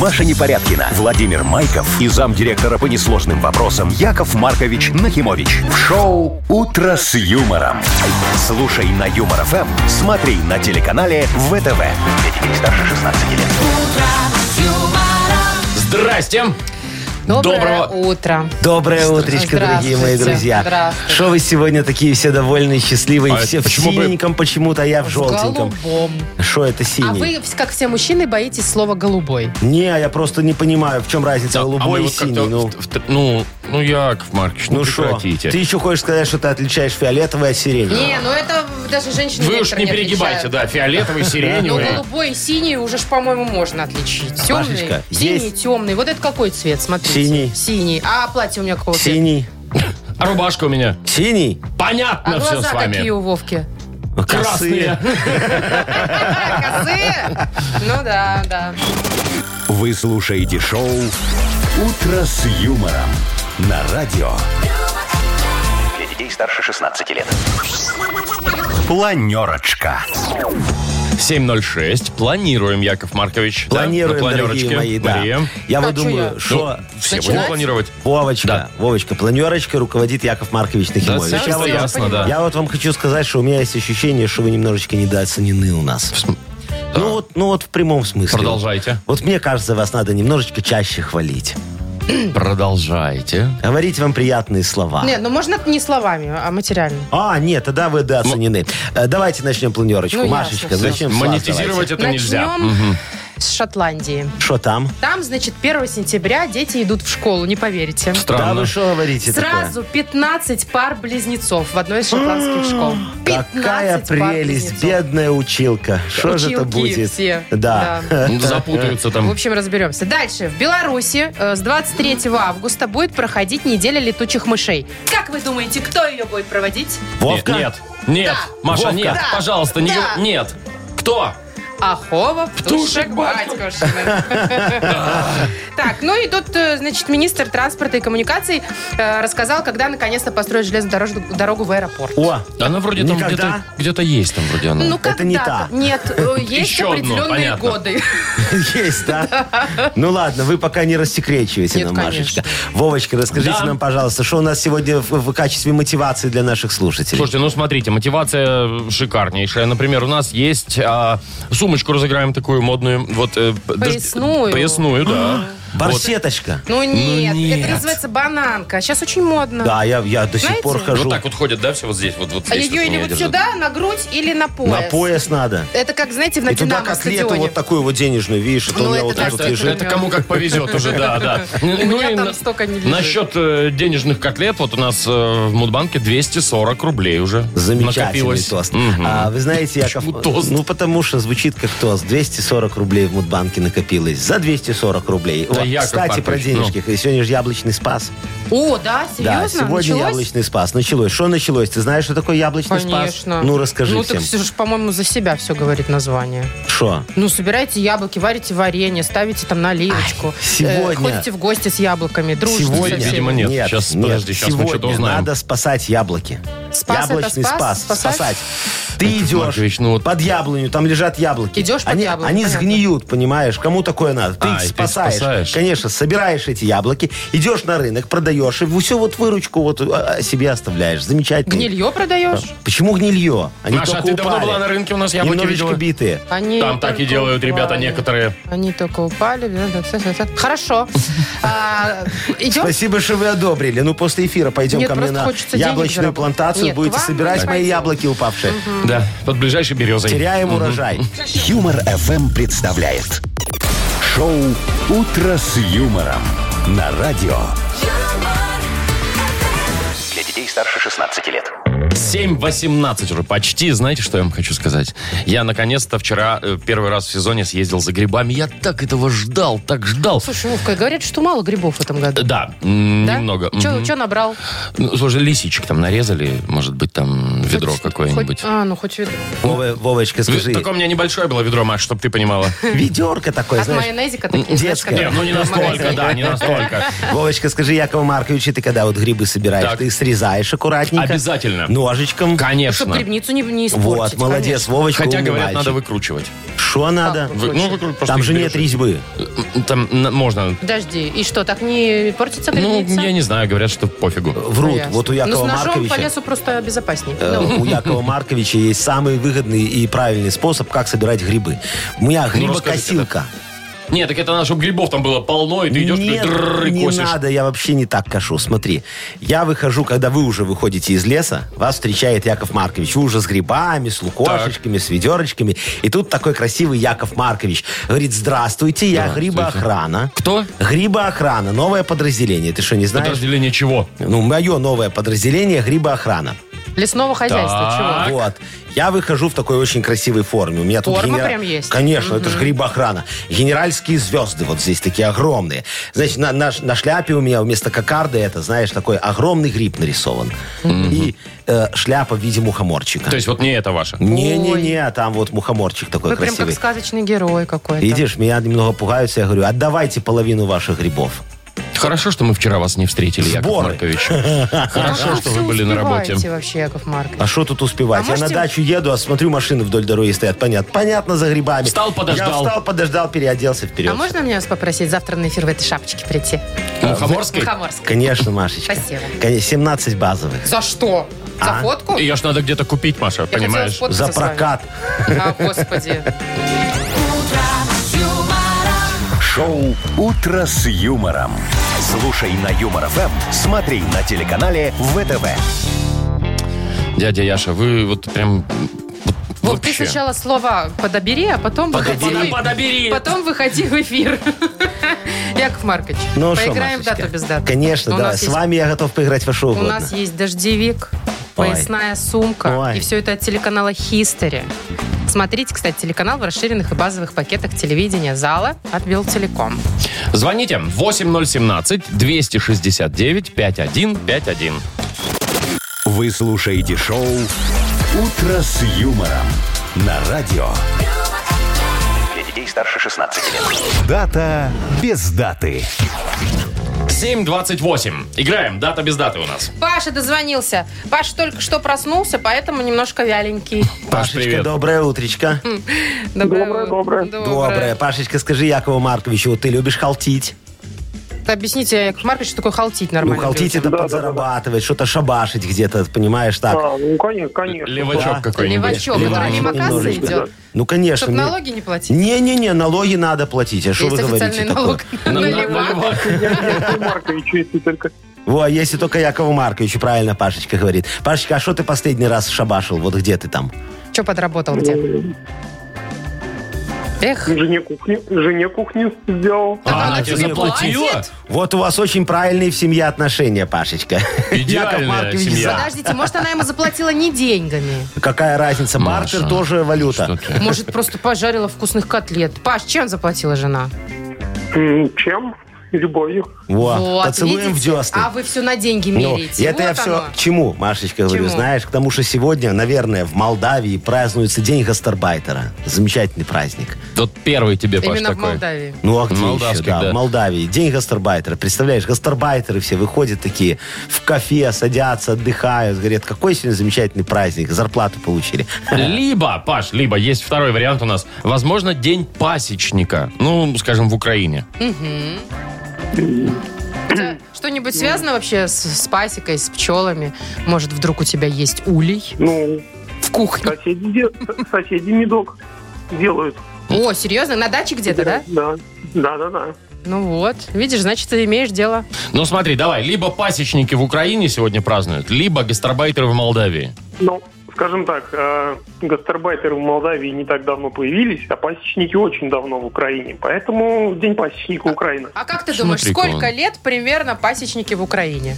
Маша Непорядкина, Владимир Майков и замдиректора по несложным вопросам Яков Маркович Нахимович. В шоу «Утро с юмором». Слушай на Юмор ФМ, смотри на телеканале ВТВ. Для детей старше 16 лет. Здрасте. Доброе Доброго. утро. Доброе утречко, дорогие мои Здравствуйте. друзья. Здравствуйте. Что вы сегодня такие все довольные, счастливые? А все в почему бы- синеньком почему-то, а я в В желтеньком. голубом. Что это синий? А вы, как все мужчины, боитесь слова «голубой». Не, а я просто не понимаю, в чем разница голубой а мы и вот синий. как-то Ну, в- в- ну, ну, Яков Маркович, ну, ну что? прекратите. Ты еще хочешь сказать, что ты отличаешь фиолетовый от сиреневого? Не, ну это даже женщины Вы уж некоторые Ну, не перегибайте, отличают. да, фиолетовый, Но сиреневый. голубой и синий уже ж, по-моему, можно отличить. Темный, Машечка, синий, есть- темный. Вот это какой цвет, смотрите. Синий. Синий. А платье у меня какого цвета? Синий. А рубашка у меня. Синий? Понятно А все глаза Ну, с вами. какие у Вовки? Красные. Косые? Ну да, да. Вы слушаете шоу «Утро с юмором» на радио. Для детей старше 16 лет. Планерочка. 7.06. Планируем, Яков Маркович. да, Планируем, на планерочке. дорогие мои, да. Мария. Я А вот чё думаю, я? что... Все Начинать? будем планировать. Вовочка, Да. Вовочка, планерочкой руководит Яков Маркович Нахимович. всё я, вот, ясно, да. я вот вам хочу сказать, что у меня есть ощущение, что вы немножечко недооценены у нас. Ну вот, ну вот в прямом смысле. Продолжайте. Вот мне кажется, вас надо немножечко чаще хвалить. Продолжайте. Говорить вам приятные слова. Не, ну можно не словами, а материально. А, нет, тогда вы дооценены. Э, Давайте начнем планерочку. Ну, ясно, Машечка, всё. зачем с вас Монетизировать давайте? это нельзя. Начнем с Шотландии. Что там? Там, значит, 1 сентября дети идут в школу, не поверите. Да Странно. вы что говорите Сразу 15 пар близнецов в одной из шотландских школ. 15 такое? А, Какая пар прелесть, близнецов. бедная училка. Что же это Училки будет? все. Да. Ну, Запутаются В там. общем, разберемся. Дальше. В Беларуси э, с 23 августа будет проходить неделя летучих мышей. Как вы думаете, кто ее будет проводить? Вовка? Нет. Нет. Да. Маша, Вовка. нет. Да. Пожалуйста, не Да. говор- Нет. Кто? Ахова, Птушек, Птушек, Батькушина. Так, ну и тут, э, значит, министр транспорта и коммуникаций э, рассказал, когда наконец-то построят железную дорожу- дорогу в аэропорт. О, Она вроде там Никогда? где-то где-то есть там вроде она. Ну, это не когда-то. та. Нет, э, есть Еще одно, определенные понятно. годы. есть, да? Ну ладно, вы пока не рассекречивайте Нет, нам, конечно. Машечка. Вовочка, расскажите Да. нам, пожалуйста, что у нас сегодня в- в качестве мотивации для наших слушателей? Слушайте, ну смотрите, мотивация шикарнейшая. Например, у нас есть а, сумочку разыграем такую модную, вот э, п- дож- Поясную. А. поясную, да. Вот. Барсеточка. Ну нет, нет. это называется бананка. Сейчас очень модно. Да, я, я до сих Знаете? пор Вот хожу. Вот так вот ходят, да, все вот здесь, вот вот А здесь. ее меня или вот держат. сюда, на грудь, или на пояс. На пояс надо. Это как, знаете, в на И туда Динамо котлету стадионе. вот такую вот денежную, видишь, это Ну, у меня это вот да, так Это, вот что это- лежит. это кому как повезет уже, да, да. У меня там на- столько не лежит. Насчет э, денежных котлет, вот у нас э, в Мудбанке 240 рублей уже Замечательный накопилось. тост. Мгм. А, вы знаете, Яков, Почему тост? ну потому что звучит как тост. 240 рублей в Мудбанке накопилось. За 240 рублей. Да, Вот, Яков Кстати, про Маркович, ну. денежки. Сегодня же яблочный спас. О, да? Серьезно? Да, сегодня Началось? яблочный спас. Началось. Что началось? Ты знаешь, что такое яблочный спас? Конечно. Ну, расскажи Ну, всем. так все же, по-моему, за себя все говорит название. Что? Ну, собираете яблоки, варите варенье, ставите там наливочку. сегодня- ходите в гости с яблоками, дружите Сегодня, со всеми. Видимо, нет. Сейчас, подожди, сейчас мы сегодня что-то узнаем. надо спасать яблоки. Спас это Яблочный спас? спас. Спасать? Спасать. Ты идешь Маркович, ну вот- под яблоню, там лежат яблоки. Идешь под они, яблоню, Они понятно. сгниют, понимаешь? Кому такое надо? Ты А, и их ты их спасаешь. спасаешь. Конечно, собираешь эти яблоки, идешь на рынок, продаешь, и всю вот выручку вот а, себе оставляешь. Замечательно. Гнилье продаешь? Почему гнилье? Они Маша, а только ты давно упали. была на рынке, у нас яблоки Немножечко видела? битые. Они Там так и только делают ребята упали. некоторые. Они только упали. да, да, всё, всё, всё. Хорошо. А, Идем? Спасибо, что вы одобрили. Ну, после эфира пойдем Нет, ко мне просто на хочется денег яблочную заработать. плантацию. Нет, к будете вам собирать мы мои пойдем. яблоки упавшие. Да, под ближайшей березой. Теряем урожай. Юмор FM представляет шоу Утро с юмором на радио. Для детей старше 16 лет. 7.18 уже почти. Знаете, что я вам хочу сказать? Я, наконец-то, вчера э, первый раз в сезоне съездил за грибами. Я так этого ждал, так ждал. Слушай, Вовка, говорят, что мало грибов в этом Э, году. Да, м, немного. Че Мгм. набрал? Ну, слушай, лисичек там нарезали, может быть, там ведро Хоть- какое-нибудь. хоть- А, ну хоть ведро. Вова- Вовочка, скажи. Только у меня небольшое было ведро, Маш, чтобы ты понимала. Ведерко такое, От знаешь. майонезика такие. знаешь, детская. как Не, ну не в настолько, магазине. да, не настолько. Вовочка, скажи, Якову Марковичу, ты когда вот грибы собираешь, Так. ты их срезаешь аккуратненько. Обязательно. Ножичком. Чтоб Конечно. грибницу не, не испортить. Вот, молодец, конечно. А, Вовочка, Хотя, умный говорят, надо мальчик. выкручивать. Что надо? Вы- ну, вы просто Там их же нет берешь. резьбы. Там на- можно... Подожди, и что, так не портится Ну, кривица? я не знаю, говорят, что пофигу. Врут. Ясно. Вот у Якова Ну, с ножом Марковича... по лесу просто безопаснее. Э, Ну, У Якова Марковича есть самый выгодный и правильный способ, как собирать грибы. У Ну, меня грибокосилка. Нет, так это надо, чтобы грибов там было полно, и ты идешь Нет, такой, «Дрррр» и не косишь. надо, я вообще не так кашу. Смотри, я выхожу, когда вы уже выходите из леса, вас встречает Яков Маркович. Вы уже с грибами, с лукошечками, с ведерочками. И тут такой красивый Яков Маркович говорит, здравствуйте, я Здравствуйте. грибоохрана. Кто? Грибоохрана, новое подразделение. Ты что, не знаешь? Подразделение чего? Ну, мое новое подразделение грибоохрана. Лесного хозяйства, Так. чего? Вот. Я выхожу в такой очень красивой форме. У меня тут Форма генера- прям есть? Конечно, это же грибоохрана. Генеральские звезды вот здесь такие огромные. Значит, на, на ш- на шляпе у меня вместо кокарды это, знаешь, такой огромный гриб нарисован. И э, шляпа в виде мухоморчика. То есть вот не это ваше. Не-не-не, там вот мухоморчик такой Вы прям как красивый. сказочный герой какой-то. Видишь, меня немного пугаются. Я говорю, отдавайте половину ваших грибов. Хорошо, что мы вчера вас не встретили, Яков Сборы. Маркович. А Как Хорошо, вы что всё вы были на работе. успеваете вообще, Яков Маркович? А что тут успевать? А я на можете- дачу еду, а смотрю, машины вдоль дороги стоят. Понятно. Понятно, за грибами. Встал, подождал. Я встал, подождал, переоделся вперед. А можно меня вас попросить завтра на эфир в этой шапочке прийти? Мухоморской? Мухоморск. Конечно, Машечка. Спасибо. Конечно, 17 базовых. За что? За Э, А? фотку? Ее ж надо где-то купить, Маша, Я хотела понимаешь? сфоткаться За с вами. прокат. А, господи. Шоу «Утро с юмором». Слушай на Юмор ФМ, смотри на телеканале ВТВ. Дядя Яша, вы вот прям... вот Вов, ты вообще. сначала слова подобери, а потом выходи. Подобери, подобери. Потом выходи в эфир. Яков Маркович, Ну, шо, поиграем в Машечка? дату без даты. Ну, Конечно, У давай. нас С есть- вами я готов поиграть во что У угодно. нас есть дождевик, Ой. поясная сумка. Ой. И все это от телеканала History. Смотрите, кстати, телеканал в расширенных и базовых пакетах телевидения зала от Белтелеком. Звоните 8017-269-5151. Вы слушаете шоу «Утро с юмором» на радио. Для детей старше 16 лет. Дата без даты. 7.28. Играем. Дата без даты у нас. Паша дозвонился. Паша только что проснулся, поэтому немножко вяленький. Паш, Пашечка, привет. доброе утречко. Доброе, доброе. Доброе. Пашечка, скажи Якову Марковичу, вот ты любишь халтить? Объясните, Яков Маркович, что такое халтить Ну, нормально? халтить это Да, да, да. подзарабатывать, что-то шабашить где-то, понимаешь, так. А, ну, конечно, конечно. Левачок Да. какой-нибудь. Левачок, который Левачок мимо кассы немножечко. идет. Ну, конечно. Чтоб мне- налоги не платить. Не-не-не, налоги надо платить. А что Есть вы говорите официальный такое? налог На- на на- левак. левак. Яков Маркович, если только... Во, а если только Якову Марковичу, правильно Пашечка говорит. Пашечка, а что ты последний раз шабашил? Вот где ты там? Че подработал где? Эх, Жене кухню, жене кухню сделал. А, она она тебе тебе заплатила? платит? Вот у вас очень правильные в семье отношения, Пашечка. Яков Идеальная Маркович семья. подождите, может, она ему заплатила не деньгами? Какая разница? Бартер Маша, тоже Что валюта. ты? Может, просто пожарила вкусных котлет? Паш, чем заплатила жена? М, Чем? Любовью. Вот. Поцелуем в видите? десны. А вы все на деньги Ну, меряете. это я Вот все оно. к чему, Машечка, говорю, Чему? знаешь, к тому, что сегодня, наверное, в Молдавии празднуется День гастарбайтера. Замечательный праздник. Вот первый тебе, Паш, Именно в такой. Молдавии. Ну, а где Молдавский, еще? Да, да. в Молдавии. День гастарбайтера. Представляешь, гастарбайтеры все выходят такие в кафе, садятся, отдыхают, говорят, какой сегодня замечательный праздник, зарплату получили. Либо, Паш, либо есть второй вариант у нас. Возможно, день пасечника. Ну, скажем, в Украине. Э, Что-нибудь связано вообще с, с пасекой, с пчелами? Может, вдруг у тебя есть улей Ну, в кухне? соседи, де- соседи медок делают. Э, О, серьезно? На даче где-то, да? Да. Да, да, да. Ну вот. Видишь, значит, ты имеешь дело. Ну, смотри, давай. Либо пасечники в Украине сегодня празднуют, либо гастарбайтеры в Молдавии. Ну, скажем так, э, гастарбайтеры в Молдавии не так давно появились, а пасечники очень давно в Украине. Поэтому День пасечника Украины. А как ты Смотри-ка думаешь, сколько он. лет примерно пасечники в Украине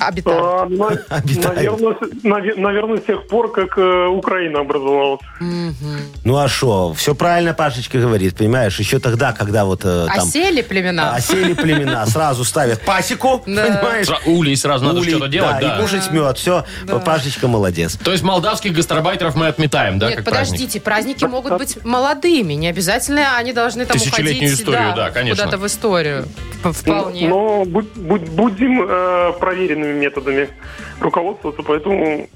обитают? А, на- Обитают. наверное, с- наве- наверное, с тех пор, как э, Украина образовалась. Мгм. Ну, а что? Все правильно Пашечка говорит, понимаешь? Еще тогда, когда вот э, там... Осели племена? Осели племена, сразу ставят пасеку, Да. понимаешь? Сра- Улей сразу надо Улей, что-то делать, да. И кушать мед. Все, Пашечка молодец. То есть молдавских гастарбайтеров мы отметаем, да, Нет, как праздник? подождите, праздники могут быть молодыми, не обязательно они должны там Тысячелетнюю уходить историю, да, конечно. Ну, куда-то в историю. П- Вполне. Но будь- будь- будем э, проверенными методами руководствоваться, поэтому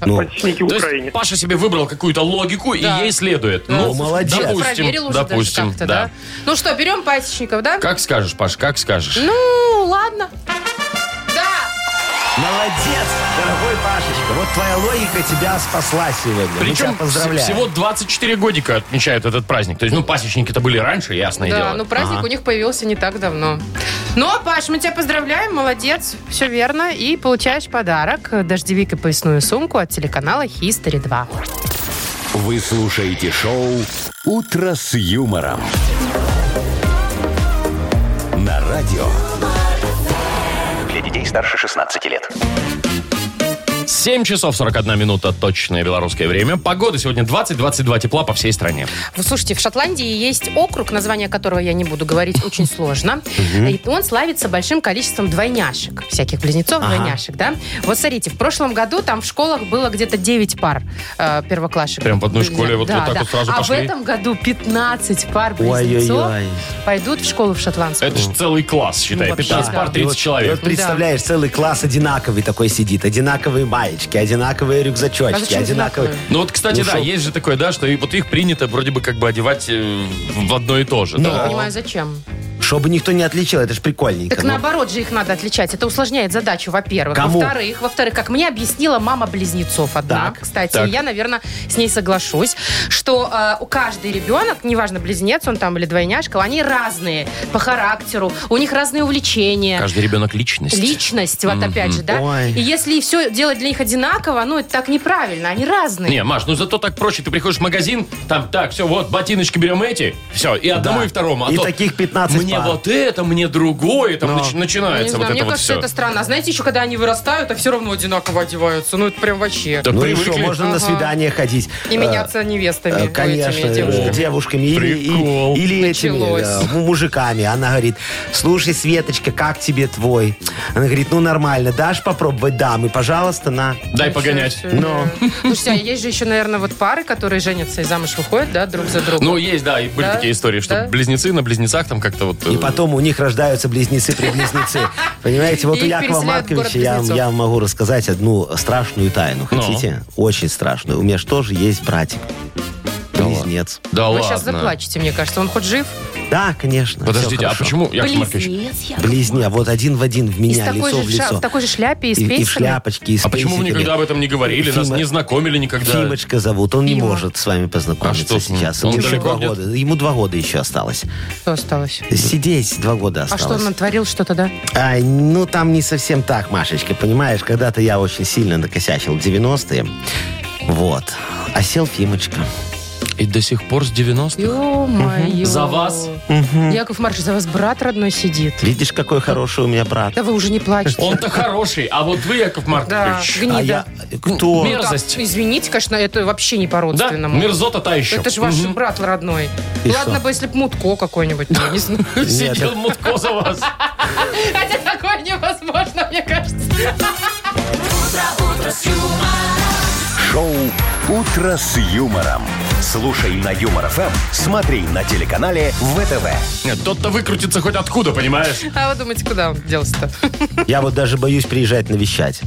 А Ну, Пасечники То Украине. есть Паша себе выбрал какую-то логику Да. и ей следует. Ну, молодец. Проверил Допустим, уже даже допустим, как-то, да. да. Ну что, берем пасечников, да? Как скажешь, Паш, как скажешь. Ну, ладно. Да, молодец, дорогой Пашечка. Вот твоя логика тебя спасла сегодня. Мы тебя Причем поздравляем. вс- всего 24 годика отмечают этот праздник. То есть, ну, пасечники-то были раньше, ясное да, дело. ну праздник у них появился не так давно. Но, Паш, мы тебя поздравляем, молодец, все верно. И получаешь подарок, э, дождевик и поясную сумку от телеканала History 2. Вы слушаете шоу «Утро с юмором». На радио. Для детей старше 16 лет. 7 часов 41 минута точное белорусское время. Погода сегодня 20-22 тепла по всей стране. Вы слушайте, в Шотландии есть округ, название которого я не буду говорить, очень сложно. И он славится большим количеством двойняшек, всяких близнецов, двойняшек, да? Вот смотрите, в прошлом году там в школах было где-то 9 пар э, первоклашек. Прям в одной школе вот- вот так вот сразу а пошли? в этом году 15 пар близнецов Ой-ой-ой. пойдут в школу в шотландскую. Это же целый класс, считай. Ну, вообще, 15 пар, да. 30 И вот- и человек. Вот представляешь, целый класс одинаковый такой сидит. Одинаковые маечки, одинаковые А рюкзачочки, зачем одинаковые... одинаковые? Ну вот, кстати, Ну, да, шо- есть же такое, да, что и вот их принято вроде бы как бы одевать э, в одно и то же. Не да. понимаю, зачем. Чтобы никто не отличил, это же прикольненько. Так ну. наоборот же их надо отличать. Это усложняет задачу, во-первых. Кому? Во-вторых, во-вторых, как мне объяснила мама близнецов одна, Так, кстати, так. и я, наверное, с ней соглашусь, что э, у каждый ребенок, неважно, близнец он там или двойняшка, они разные по характеру, у них разные увлечения. Каждый ребенок личность. Личность, вот опять же, да? Ой. И если все делать для них одинаково, ну, это так неправильно, они разные. Не, Маш, ну зато так проще. Ты приходишь в магазин, там, так, все, вот, ботиночки берем эти, все, и одному, Да. и второму. А И то таких 15 Мне пар. Ну. вот это, мне другое, там Но. нач- Я Ну, не начинается знаю, вот мне это вот кажется, все. это странно. А знаете, еще когда они вырастают, а все равно одинаково одеваются. Ну, это прям вообще. Да Ну и привыкли. что, можно на Ага. свидание ходить. И Э, меняться невестами. э, ну, этими девушками. Конечно, э, девушками, девушками или, Прикол. и- или этими Началось. э, му- мужиками. Она говорит, слушай, Светочка, как тебе твой? Она говорит, ну нормально, дашь попробовать? Дам, и пожалуйста, на. Дай погонять. Всё, всё, Ну. да. Слушайте, а есть же еще, наверное, вот пары, которые женятся и замуж выходят, да, друг за другом. Ну, есть, да, и были Да? такие истории, что Да? близнецы на близнецах там как-то вот... И э, потом у них рождаются близнецы-приблизнецы. Понимаете, вот И у их Якова переселяют в город Марковича я, близнецов. я могу рассказать одну страшную тайну. Ну. Хотите? Очень страшную. У меня же тоже есть братик. Близнец. Да Вы ладно. сейчас заплачете, мне кажется. Он хоть жив? Да, конечно. всё Подождите, а хорошо. почему, Яков Маркович, Близнец, я. Близня, вот один в один в И с меня, такой, лицо же в ша- лицо. в такой же шляпе и с и, и в пейсами? шляпочке, и с а почему вы пейсиками. никогда об этом не говорили, нас Фима- не знакомили никогда? Фимочка зовут, он не Фима. может с вами познакомиться А что с ним? сейчас. Он ему, еще далеко два где-то? года. ему два года еще осталось. Что осталось? Сидеть два года А что, осталось. он натворил что-то, да? Ай, ну там не совсем так, Машечка, понимаешь, когда-то я очень сильно накосячил в 90-е. Вот. А сел Фимочка. И до сих пор с 90-х? Ё-моё. За вас. Яков Маркович, за вас брат родной сидит. Видишь, какой хороший у меня брат. Да вы уже не плачете. Он-то хороший, а вот вы, Яков Да, Маркович... А гнида. я... Кто? Мер- Так, мерзость. Извините, конечно, это вообще не Да, по-родственному. мерзота та еще. Это же ваш брат родной. И Ладно что? бы, если бы Мутко какой-нибудь, я не знаю. Сидел Мутко за вас. Хотя такое невозможно, мне кажется. Шоу «Утро с юмором». Слушай на Юмор ФМ, смотри на телеканале ВТВ. Нет, Тот-то выкрутится хоть откуда, понимаешь? А вы думаете, куда он делся-то? Я вот даже боюсь приезжать навещать.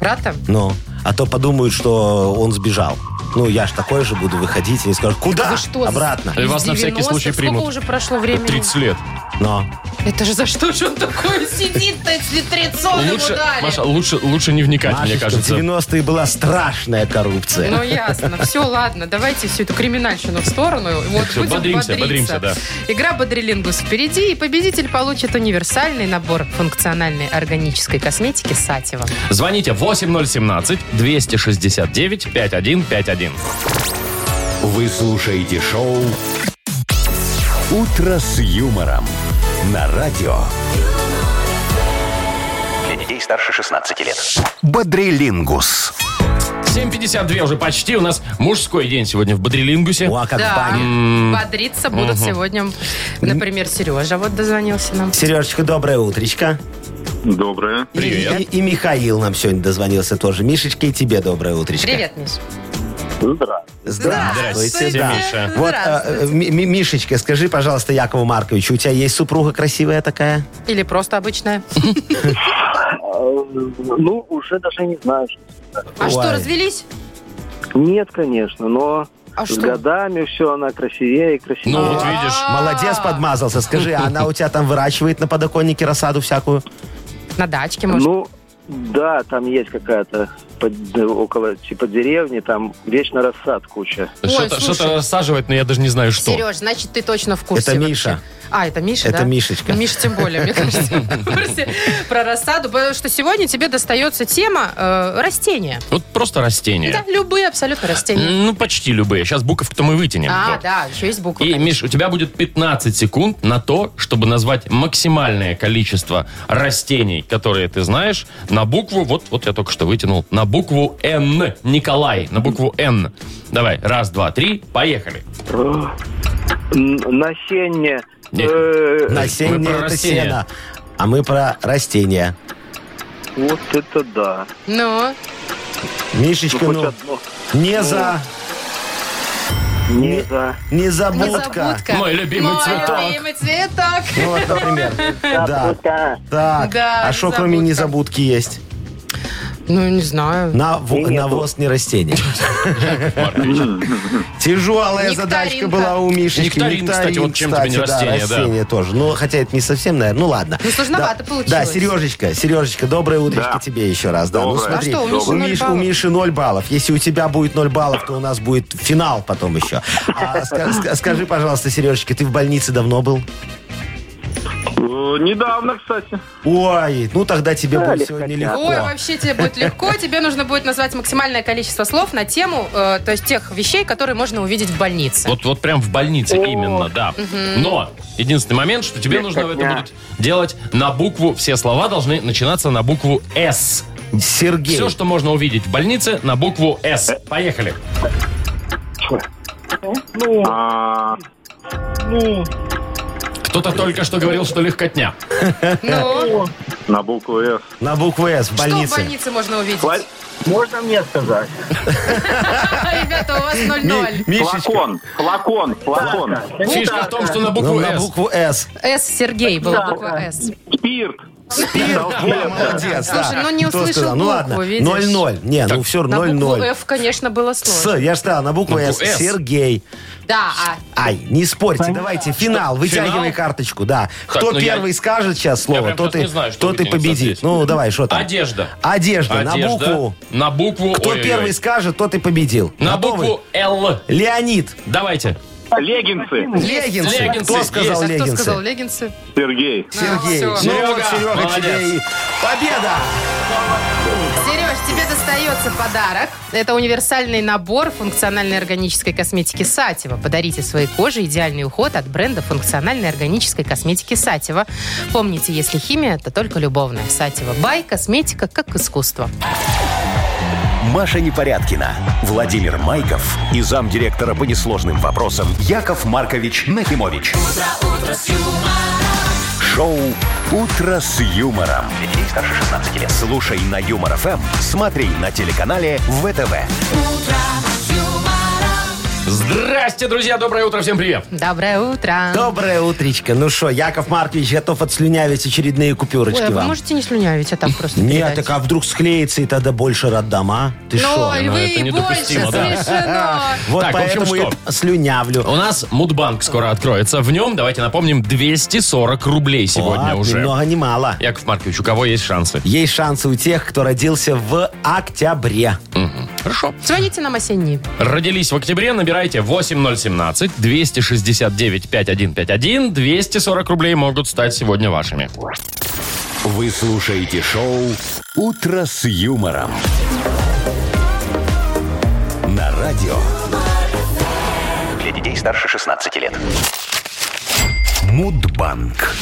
Брата? Ну, а то подумают, что он сбежал. Ну, я ж такой же буду выходить и скажут, куда? Вы что? Обратно. И А, вас на всякий 90-х? случай примут. Сколько уже прошло времени? 30 лет. Но. Это же за что же он такой сидит-то, если 30 ему Лучше, дали? Маша, лучше, лучше не вникать, мне Машечка, в кажется. 90-е была страшная коррупция. Ну, ясно. Все, ладно, давайте всю эту криминальщину в сторону. Вот, Всё, будем бодримся, бодримся, бодриться. да. Игра «Бодрилингус» впереди, и победитель получит универсальный набор функциональной органической косметики «Сатева». Звоните 8017-269-5151. Вы слушаете шоу «Утро с юмором» на радио. Для детей старше 16 лет. Бодрилингус. 7.52 уже почти. У нас мужской день сегодня в Бодрилингусе. О, а как в Да, бане. бодриться будут сегодня. Например, Сережа вот дозвонился нам. Сережечка, доброе утречко. Доброе. Привет. И, и Михаил нам сегодня дозвонился тоже. Мишечка, и тебе доброе утречко. Привет, Миш. Здравствуйте. Здравствуйте. Здравствуйте, да. Миша. Вот, э, э, Ми- Ми- Мишечка, скажи, пожалуйста, Якову Марковичу, у тебя есть супруга красивая такая? Или просто обычная. ну, уже даже не знаю. что сказать. А что, Ой. развелись? Нет, конечно, но А с что? годами все, она красивее и красивее. Ну, вот А, видишь. Молодец, подмазался. Скажи, а она у тебя там выращивает на подоконнике рассаду всякую? На дачке, может? Ну, да, там есть какая-то под- около типа деревни, там вечно рассад куча. Что-то слушай. что-то рассаживать, но я даже не знаю, что. Сереж, значит, ты точно в курсе. Это вообще. Миша. А, это Миша, Это да? Мишечка. Ну, Миша тем более, мне кажется, в курсе про рассаду. Потому что сегодня тебе достается тема э, растения. Вот просто растения. Да, любые абсолютно растения. Ну, почти любые. Сейчас буковку-то мы вытянем. А, Вот. да, еще есть буквы. И, Миш, у тебя будет 15 секунд на то, чтобы назвать максимальное количество растений, которые ты знаешь, на букву, вот, вот я только что вытянул, на букву Н. Николай, на букву Н. Давай, раз, два, три, поехали. М, Насенье. Нет. э, Мы Насенье про это растения. сено. А мы про растения. Вот это да. Ну, Ну, Мишечка, хоть ну, одно. не за... Не за. Незабудка. незабудка. Мой любимый Мой цветок. любимый цветок. Ну вот, например. А Да. Да. Так, Да, а что кроме незабудки есть? Ну, не знаю. На во- Навоз не растение. Тяжелая Нектаринка. задачка была у Мишечки. Нектарин, кстати, вот чем тебе не кстати, да, растение, да. растение тоже. Ну, хотя это не совсем, наверное. Ну, ладно. Ну, сложновато Да. получилось. Да, Сережечка, Сережечка, доброе утречко Да. тебе еще раз. Да, ну Доброе. смотри. А что, у Миши ноль Миш- у баллов? Миши 0 баллов. Если у тебя будет 0 баллов, то у нас будет финал потом еще. А ска- ска- скажи, пожалуйста, Сережечка, ты в больнице давно был? Э, Недавно, кстати. Ой, ну тогда тебе Да, будет сегодня легкотня. легко. Ой, вообще тебе будет легко. Тебе нужно будет назвать максимальное количество слов на тему, э, то есть тех вещей, которые можно увидеть в больнице. Вот, вот прям в больнице именно, да. Но единственный момент, что тебе нужно это дня. будет делать на букву, все слова должны начинаться на букву С. Сергей. Все, что можно увидеть в больнице, на букву С. Поехали. А, Кто-то только что говорил, что легкотня. Ну, на букву С. На букву С что в в больнице. больнице можно увидеть? Можно мне сказать? Ребята, у вас 0-0. Флакон, флакон, флакон. Фишка в том, что на Ну, букву на С. букву С. С, Сергей, была буква С. Спирт. Спирт. Во, молодец. да. Слушай, ну не Кто услышал сказал? Ну букву, ладно, видишь? 0-0. Не, ну все, На букву 0-0. F, конечно, было С, сложно. я же сказал, на букву На С. букву «С». Сергей. Да, а Ай, не спорьте, давайте, финал, вытягивай финал? карточку, да. Так, кто ну я- первый скажет сейчас слово, прям то сейчас ты, не знаю, что то ты вытянет победит. здесь. Ну, давай, что там? Одежда. Одежда, на букву. На букву. Кто ой-ой-ой. первый скажет, тот и победил. На Готовы? букву Л. Леонид. Давайте. Леггинсы. Леггинсы. Леггинсы, Кто есть. А сказал кто леггинсы? сказал леггинсы? Сергей. Сергей. Ну, всё. Ну, вот, Серега, Серега, молодец. тебе и победа. Сереж, тебе достается подарок. Это универсальный набор функциональной органической косметики Сатева. Подарите своей коже идеальный уход от бренда функциональной органической косметики Сатева. Помните, если химия, то только любовная. Сатева Бай. Косметика как искусство. Маша Непорядкина, Владимир Майков и замдиректора по несложным вопросам Яков Маркович Нахимович. Шоу Утро с юмором. Для детей старше 16 лет. Слушай на юмор ФМ, смотри на телеканале ВТВ. Здрасте, друзья. Доброе утро. Всем привет. Доброе утро. Доброе утречко. Ну что, Яков Маркович готов отслюнявить очередные Ой, купюрочки а вы вам. можете не слюнявить, а там просто Нет, передать? так а вдруг склеится, и тогда больше роддома? Ты Ну, что? и Ну, вы это и больше, недопустимо, да. смешно. Вот Так, в общем, поэтому что? и слюнявлю. У нас Мудбанк скоро откроется. В нем, давайте напомним, 240 рублей сегодня Вот, уже. Ни много, ни мало. Яков Маркович, у кого есть шансы? Есть шансы у тех, кто родился в октябре. Хорошо. Звоните нам осенние. Родились в октябре, набирайте 8017 269 5151. 240 рублей могут стать сегодня вашими. Вы слушаете шоу Утро с юмором. На радио Для детей старше 16 лет. Мудбанк.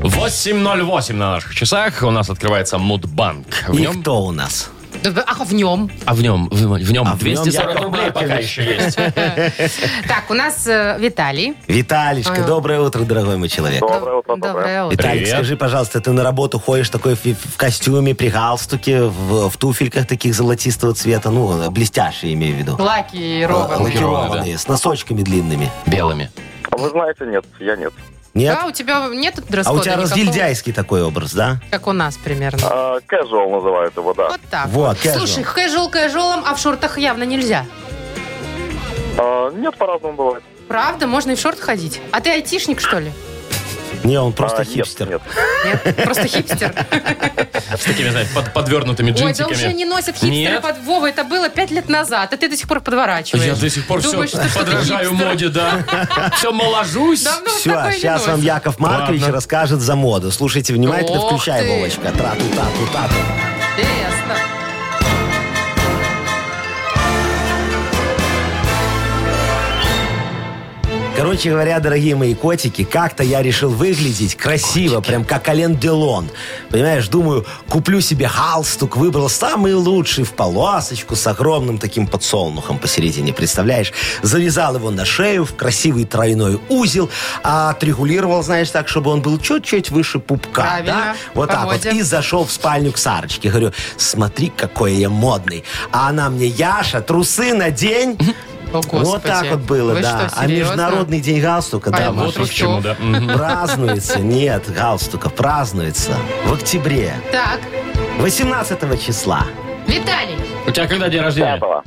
8.08 на наших часах. У нас открывается Мудбанк. В И нем, кто у нас? Да, Ах, в нем. а в нем, в, в нем А в нем 240 Яков рублей пока Маркович. еще есть. Так, у нас э, Виталий. Виталичка, А. доброе утро, дорогой мой человек. Доброе утро, доброе. Доброе утро. Виталик, Привет. скажи, пожалуйста, ты на работу ходишь такой в, в костюме, при галстуке, в, в туфельках таких золотистого цвета, ну, блестящие, имею в виду. Ну, Лаки и Рова. Лакированные, с носочками длинными. Белыми. Вы знаете, нет, я нет. Нет? Да, А у тебя нет дресс А у тебя разгильдяйский такой образ, да? Как у нас примерно. А, А, Casual называют его, да. Вот так. Вот, casual. Слушай, кэжуал кэжуалом, а в шортах явно нельзя. А, Нет, по-разному бывает. Правда? Можно и в шорт ходить. А ты айтишник, что ли? Не, он просто А, нет, хипстер. нет. Нет, просто хипстер. С такими, знаете, под- подвернутыми Ой, да уже джинсиками. не носят хипстеры. Нет. Под... Вова, это было пять лет назад, а ты до сих пор подворачиваешь. Я до сих пор все Думаешь, что что-то подражаю хипстер. моде, да. Все моложусь. Давно уж Все, такое не сейчас вам носят. Яков Маркович Ладно. расскажет за моду. Слушайте внимательно, Ох включай, ты. Вовочка. Трату, тату, тату. Интересно. Короче говоря, дорогие мои котики, как-то я решил выглядеть красиво, прям как Ален Делон. Понимаешь, думаю, куплю себе галстук, выбрал самый лучший в полосочку с огромным таким подсолнухом посередине, представляешь? Завязал его на шею в красивый тройной узел, а отрегулировал, знаешь, так, чтобы он был чуть-чуть выше пупка. Правильно, да? Вот по так вот. моде. И зашел в спальню к Сарочке. Говорю, смотри, какой я модный. А она мне, Яша, трусы надень. О, Вот Господи. так вот было, Вы да. что, а серьезно? А, ну международный день галстука, Пойду да, трусов. Маша, Вот уж к чему, да. Мгм. празднуется, нет, галстука, празднуется в октябре, Так, 18 числа. Виталий. У тебя когда день рождения? Пятого.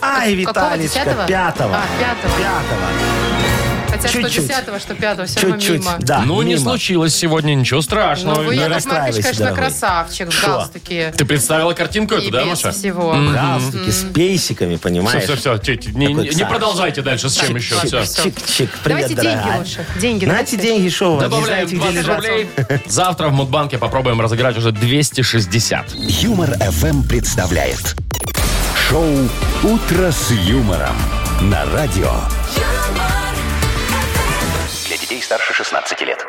Ай, какого, Виталичка, десятого? 5 А, пятого. Хотя Чуть-чуть. что 10 что 5 все равно Чуть-чуть, мимо. да, Ну, не мимо. случилось сегодня, ничего Ну, страшного. вы, не Яков Маркович, расстраивайся, конечно, дорогой. красавчик в Шо? галстуке. Ты представила картинку И эту, да, без Маша? всего. Галстуки с пейсиками, Все, понимаешь? все, все. Не, Какой не царь. продолжайте дальше. С чем еще? Всё. всё. Чик-чик, привет, Давайте дорогая. деньги лучше. Деньги. давайте. Знаете, деньги, шо вы, не Добавляем знаете, где 20 лежат? рублей. Завтра в Мудбанке попробуем разыграть уже 260. Юмор FM представляет шоу Утро с юмором на радио. Для детей старше 16 лет.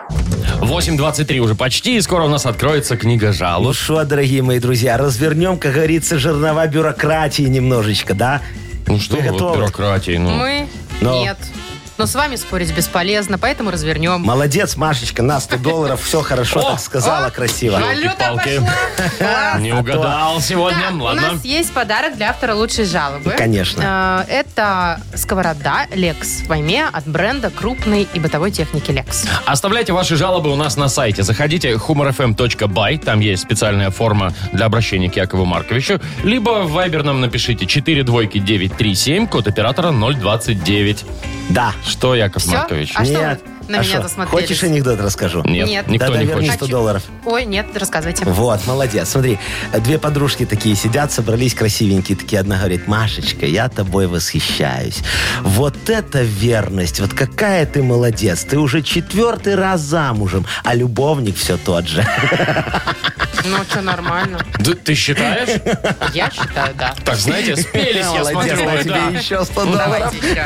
8.23 уже почти, и скоро у нас откроется книга жалоб. Ну что, дорогие мои друзья, развернем, как говорится, жернова бюрократии немножечко, да? Ну что Вы вы, вот готовы? бюрократии, ну. Мы? Но. Нет. Но с вами спорить бесполезно, поэтому развернем. Молодец, Машечка, на 100 долларов все хорошо О, а? так сказала, о, красиво. Валюта Палки. пошла. Класс. Не угадал сегодня, Так, у ладно. нас есть подарок для автора лучшей жалобы. Конечно. Э, Это сковорода Lex Вайме от бренда крупной и бытовой техники Lex. Оставляйте ваши жалобы у нас на сайте. Заходите humorfm.by, там есть специальная форма для обращения к Якову Марковичу. Либо в Viber нам напишите 4 двойки 937, код оператора 029. Да. Что, Яков Всё? Маркович? А что Нет. вы на А меня что, засмотрелись? Хочешь анекдот расскажу? Нет, Нет. никто Тогда не верни хочет. 100 долларов. Ой, нет, рассказывайте. Вот, молодец. Смотри, две подружки такие сидят, собрались красивенькие. Такие одна говорит, Машечка, я тобой восхищаюсь. Вот это верность, вот какая ты молодец. Ты уже четвертый раз замужем, а любовник все тот же. Ну, что, нормально. Да ты считаешь? Я считаю, да. Так, знаете, спелись, я Молодец, смотрю, на вы, да. тебе еще 100 долларов. Давайте еще.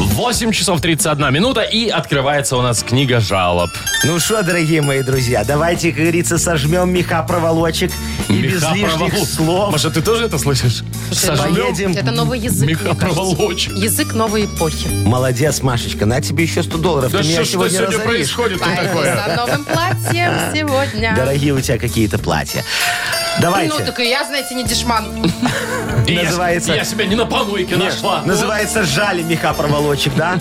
8 часов 31 минута, и открывается у нас книга жалоб. Ну что, дорогие мои друзья, давайте, как говорится, сожмем меха проволочек и без лишних Мехапроволок. слов. Маша, ты тоже это слышишь? ну, Сожмем Поедем. Это новый язык. мне кажется. мехапроволочек. Язык новой эпохи. Молодец, Машечка, на тебе еще 100 долларов. Да Ты меня что, что сегодня сегодня разоришь. происходит Поэтому такое? за новым платьем сегодня. Дорогие у тебя какие-то платья. Ну, Давайте. так и я, знаете, не дешман. Я- называется- Я себя не на помойке нашла. Называется «Сжали меха проволочек», да?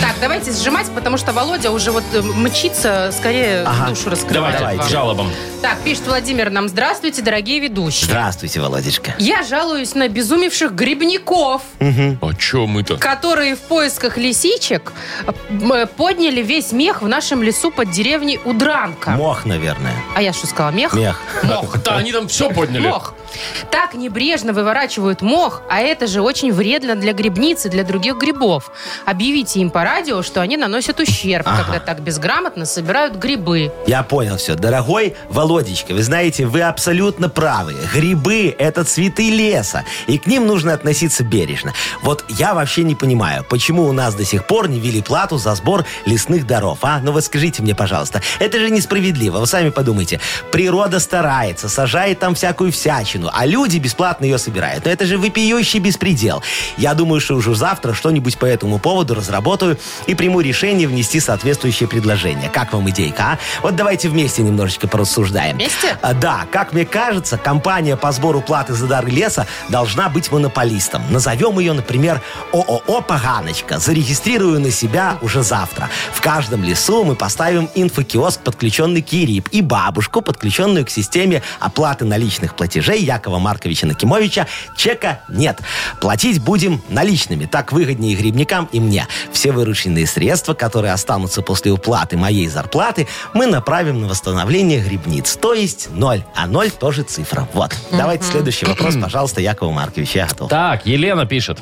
Так, давайте сжимать, потому что Володя уже вот э, мчится, скорее Ага. душу Давайте, раскрывает. Давайте. к жалобам. Так, пишет Владимир нам, здравствуйте, дорогие ведущие. Здравствуйте, Володечка. Я жалуюсь на безумевших грибников, А чё мы-то? которые в поисках лисичек э, подняли весь мех в нашем лесу под деревней Удранка. Мох, наверное. А я что сказала, мех? Мех. Мох, да, они там все подняли. Мох. Так небрежно выворачивают мох, а это же очень вредно для грибниц и для других грибов. Объявите им по радио, что они наносят ущерб, Ага. когда так безграмотно собирают грибы. Я понял все. Дорогой Володечка, вы знаете, вы абсолютно правы. Грибы – это цветы леса, и к ним нужно относиться бережно. Вот я вообще не понимаю, почему у нас до сих пор не ввели плату за сбор лесных даров, а? Ну вот скажите мне, пожалуйста, это же несправедливо. Вы сами подумайте. Природа старается, сажает там всякую всячину, скотину, а люди бесплатно ее собирают. Но это же вопиющий беспредел. Я думаю, что уже завтра что-нибудь по этому поводу разработаю и приму решение внести соответствующее предложение. Как вам идейка, а? Вот давайте вместе немножечко порассуждаем. Вместе? А, Да, как мне кажется, компания по сбору платы за дар леса должна быть монополистом. Назовем ее, например, ООО «Поганочка». Зарегистрирую на себя уже завтра. В каждом лесу мы поставим инфокиоск, подключенный к ЕРИП, и бабушку, подключенную к системе оплаты наличных платежей Якова Марковича Накимовича. Чека нет. Платить будем наличными. Так выгоднее и грибникам, и мне. Все вырученные средства, которые останутся после уплаты моей зарплаты, мы направим на восстановление грибниц. То есть ноль. А ноль тоже цифра. Вот. Давайте следующий вопрос, пожалуйста, Якову Марковичу. Я готов. Так, Елена пишет.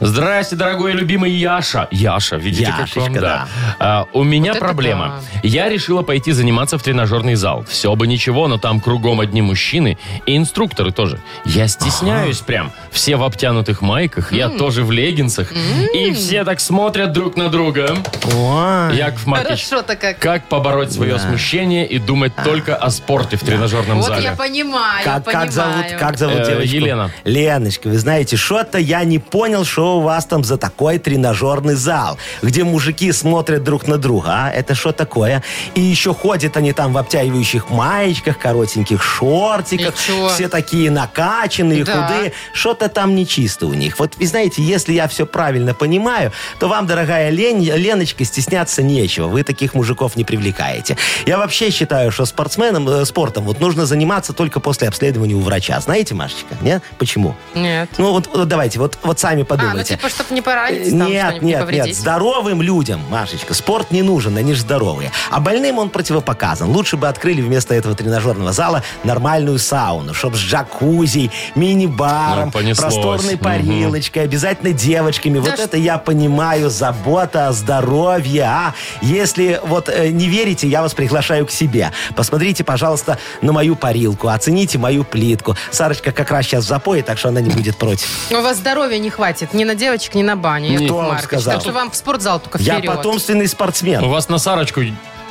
Здрасте, дорогой и любимый Яша. Яша, видите, как Яшечка, вам, да. да. А, у меня Вот это проблема. Я решила пойти заниматься в тренажерный зал. Все бы ничего, но там кругом одни мужчины и инструкторы тоже. Я стесняюсь прям. Все в обтянутых майках, я тоже в леггинсах. И все так смотрят друг на друга. Яков Маркович, Хорошо-то как. как побороть свое смущение и думать только о спорте в тренажерном Вот зале? я понимаю, Как, понимаю. как зовут, как зовут Э, девочку? Елена. Леночка, вы знаете, что-то я не понял, что у вас там за такой тренажерный зал, где мужики смотрят друг на друга, а? Это что такое? И еще ходят они там в обтягивающих маечках, коротеньких шортиках, И чё? все такие накачанные, Да. худые. Что-то там нечисто у них. Вот, вы знаете, если я все правильно понимаю, то вам, дорогая Лен- Леночка, стесняться нечего. Вы таких мужиков не привлекаете. Я вообще считаю, что спортсменом, э, спортом вот нужно заниматься только после обследования у врача. Знаете, Машечка? Нет? Почему? Нет. Ну вот, вот давайте, вот, вот сами А, ну подумайте. типа, чтобы не пораниться, там Нет, что-нибудь не нет, нет. повредить. Здоровым людям, Машечка, спорт не нужен, они же здоровые. А больным он противопоказан. Лучше бы открыли вместо этого тренажерного зала нормальную сауну, чтоб с джакузи, Ну, мини-баром, понеслось. просторной Мгм. парилочкой, обязательно девочками. Да вот ш- это я понимаю, забота о здоровье. А если вот э, не верите, я вас приглашаю к себе. Посмотрите, пожалуйста, на мою парилку, оцените мою плитку. Сарочка как раз сейчас в запое, так что она не будет против. У вас здоровья не хватит ни на девочек, ни на баню, Яков Кто вам Маркович. сказал? Так что вам в спортзал только Я вперед. потомственный У спортсмен. вас на Сарочку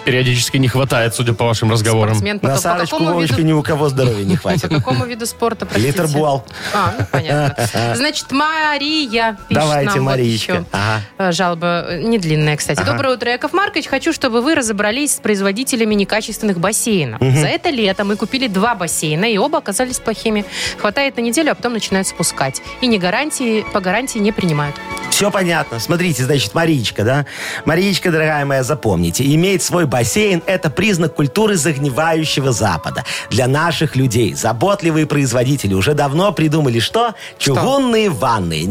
периодически не хватает, судя по вашим разговорам. Спортсмен, На потом- по Сарочку какому Вовочка виду ни у кого здоровья не По хватит. какому виду спорта, простите? Литербуал. А, ну понятно. Значит, Мария пишет Давайте, нам вот Мариечка. еще. Ага. Э, Жалоба э, не длинная, кстати. Доброе утро, Яков Маркович. Хочу, чтобы вы разобрались с производителями некачественных бассейнов. За это лето мы купили два бассейна, и оба оказались плохими. Хватает на неделю, а потом начинают спускать. И не гарантии, по гарантии не принимают. Все понятно. Смотрите, значит, Мариечка, да? Мариечка, дорогая моя, запомните, иметь свой бассейн – это признак культуры загнивающего Запада. Для наших людей заботливые производители уже давно придумали что? Чугунные ванны.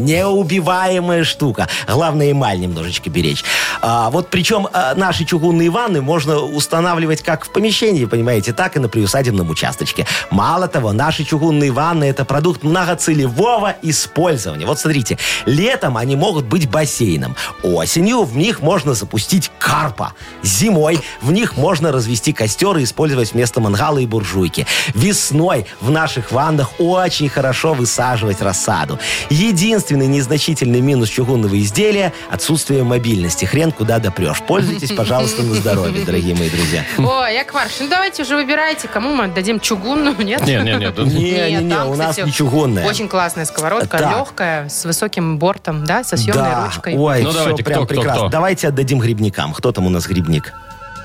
Неубиваемая штука. Главное, эмаль немножечко беречь. А, вот причем а, наши чугунные ванны можно устанавливать как в помещении, понимаете, так и на приусадебном участочке. Мало того, наши чугунные ванны – это продукт многоцелевого использования. Вот смотрите, летом они могут быть бассейном, осенью в них можно запустить карпа, зимой в них можно развести костер и использовать вместо мангала и буржуйки. Весной в наших ваннах очень хорошо высаживать рассаду. Единственный незначительный минус чугунного изделия – отсутствие мобильности. Хрен куда допрешь. Пользуйтесь, пожалуйста, на здоровье, дорогие мои друзья. Ой, Яков Маркович, ну давайте уже выбирайте, кому мы отдадим чугунную, нет? Не, не, не, да. Не, не, Нет, не, там, у нас кстати, не чугунная. Очень классная сковородка, Так. легкая, с высоким бортом, да, со съемной да. ручкой. Ой, Ну, все давайте, кто, прям кто, прекрасно. кто? Давайте отдадим грибникам. Кто там у нас грибник?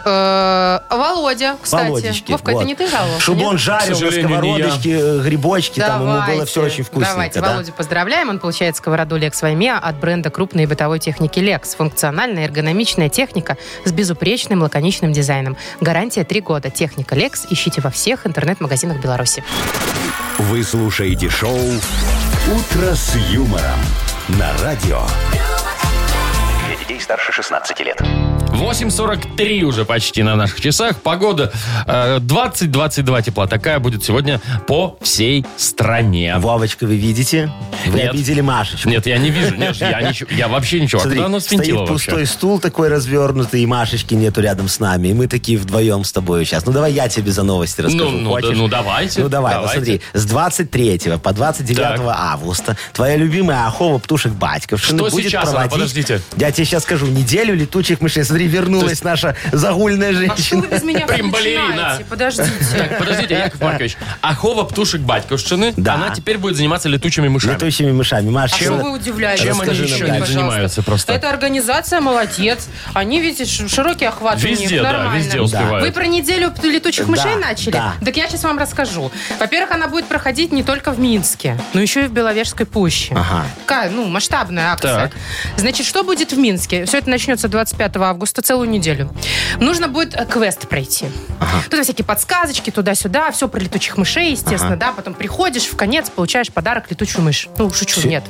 Э, Володя, кстати. Володечки. Вовка, вот. это не ты жаловался? Чтобы нет? он жарил на сожалению, не я. сковородочке э, грибочки, там ему было все очень вкусненько. Давайте, да? Володю поздравляем. Он получает сковороду Lex Ваймеа от бренда крупной бытовой техники Lex. Функциональная эргономичная техника с безупречным лаконичным дизайном. Гарантия три года. Техника Lex ищите во всех интернет-магазинах Беларуси. Вы слушаете шоу «Утро с юмором» на радио. Для детей старше 16 лет. 8.43 уже почти на наших часах. Погода э, 20-22 тепла. Такая будет сегодня по всей стране. Вовочка, вы видите? Вы Нет. обидели Машечку. Нет, я не вижу. Нет, я, ничего- я вообще ничего. Смотри, Куда оно стоит свинтило вообще? пустой стул такой развернутый, и Машечки нету рядом с нами. И мы такие вдвоем с тобой сейчас. Ну давай я тебе за новости расскажу. ну, Хочешь? да- ну, давайте. Ну давай, Давайте. вот смотри. С 23 по 29 Так. августа твоя любимая Ахова Птушек Батьков Что будет сейчас она? проводить... Подождите. Я тебе сейчас скажу. Неделю летучих мышей. Смотри, смотри, вернулась наша загульная А что женщина. вы без меня Прям балерина. начинаете? Подождите. Так, подождите, Яков Маркович. Ахова птушек батьковщины, Да. она теперь будет заниматься летучими мышами. Летучими мышами. Маш, А что вы удивляетесь? чем они Скажите, еще не пожалуйста. занимаются просто? Эта организация молодец. Они, видите, ш- широкий охват у Везде, них, да, нормально. везде успевают. Вы про неделю п- летучих Да, мышей начали? да. Так я сейчас вам расскажу. Во-первых, она будет проходить не только в Минске, но еще и в Беловежской пуще. Ага. Такая, ну, масштабная акция. Так. Значит, что будет в Минске? Все это начнется 25 августа, целую неделю. Нужно будет э, квест пройти. Тут всякие подсказочки туда-сюда, все про летучих мышей, естественно, да. Потом приходишь, в конец получаешь подарок летучую мышь. Ну, шучу, нет.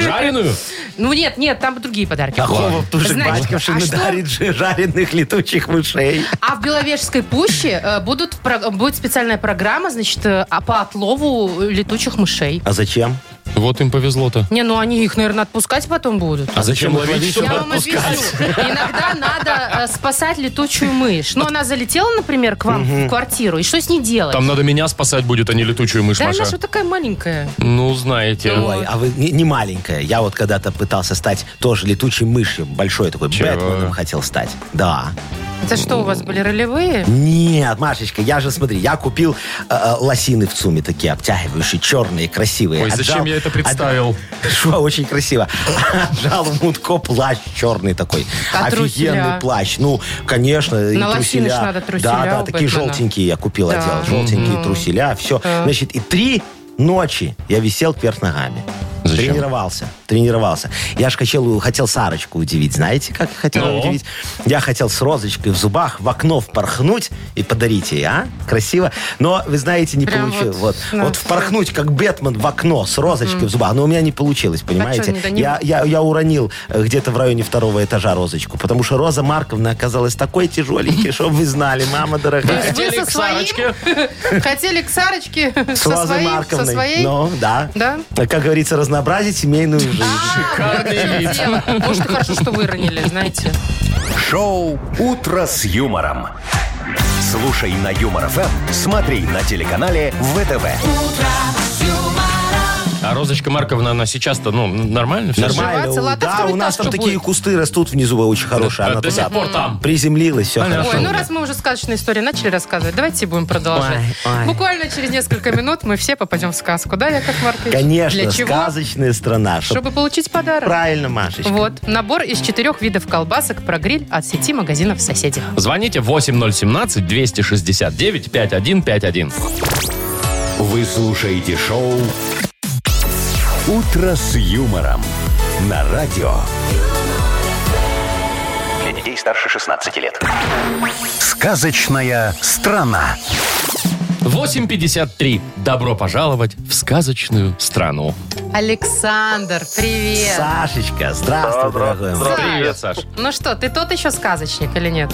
Жареную? Ну нет, нет, там другие подарки. Ахова птушек Значит, батьковщина а что- дарит же жареных летучих мышей. А в Беловежской пуще э, будут, про- будет специальная программа, значит, э, а по отлову летучих мышей. А зачем? Вот им повезло-то. Не, ну они их, наверное, отпускать потом будут. А зачем ловить, чтобы Я вам объясню. отпускать? Иногда надо э, спасать летучую мышь. Но она залетела, например, к вам в квартиру, и что с ней делать? Там надо меня спасать будет, а не летучую мышь, да она Маша. же вот такая маленькая. Ну, знаете. Ну, Ой, а вы не, не маленькая. Я вот когда-то пытался стать тоже летучей мышью. Большой такой Чего? Бэтменом хотел стать. Да. Это что, у вас были ролевые? Нет, Машечка, я же, смотри, я купил э, э, лосины в ЦУМе такие обтягивающие, черные, красивые. Ой, зачем Отжал- я это представил? от- Шо, очень красиво. Отжал в Мутко плащ черный такой. А Офигенный труселя? плащ. Ну, конечно, и На лосины ж труселя. надо труселя Да, да, у такие Бэтмена. желтенькие я купил, Да. одел. Желтенькие труселя, все. Значит, и три ночи я висел кверх ногами. Зачем? Тренировался, тренировался. Я же хотел, хотел Сарочку удивить. Знаете, как я хотел Ну? удивить? Я хотел с розочкой в зубах в окно впорхнуть и подарить ей, а? Красиво. Но, вы знаете, не Прям получилось. вот, Вот, ну, вот, впорхнуть, как Бэтмен, в окно с розочкой в зубах. Но у меня не получилось, понимаете? А не до него? я, я, я уронил э, где-то в районе второго этажа розочку, потому что Роза Марковна оказалась такой тяжеленькой, что вы знали, мама То есть дорогая. вы Хотели со к своим... Хотели к Сарочке С со Розой своим, со Марковной. своей... Ну, да. Да? Как говорится, разнообразить семейную жизнь. А, вот в чем дело. Может, и хорошо, что выронили, знаете. Шоу «Утро с юмором». Слушай на Юмор ФМ, смотри на телеканале ВТВ. А Розочка Марковна, она сейчас-то, ну, нормально все? Нормально. Развиваться, ладно, Да, второй у нас этаж там что такие будет? кусты растут внизу очень хорошие. Да, Она А до туда сих пор там. Приземлилась, все Понятно. хорошо. Ой, ну раз мы уже сказочные истории начали рассказывать, давайте будем продолжать. Ой, ой. Буквально через несколько минут мы все попадем в сказку, да, Яков Маркович? Конечно, Для чего? сказочная страна. чтоб- Чтобы получить подарок. Правильно, Машечка. Вот, набор из четырех видов колбасок про гриль от сети магазинов «Соседи». Звоните 8017-269-5151. Вы слушаете шоу «Утро с юмором» на радио. Для детей старше 16 лет. Сказочная страна. 8.53. Добро пожаловать в сказочную страну. Александр, привет! Сашечка, здравствуй, дорогой мой. здравствуй. Привет, Саш. Ну что, ты тот еще сказочник или нет?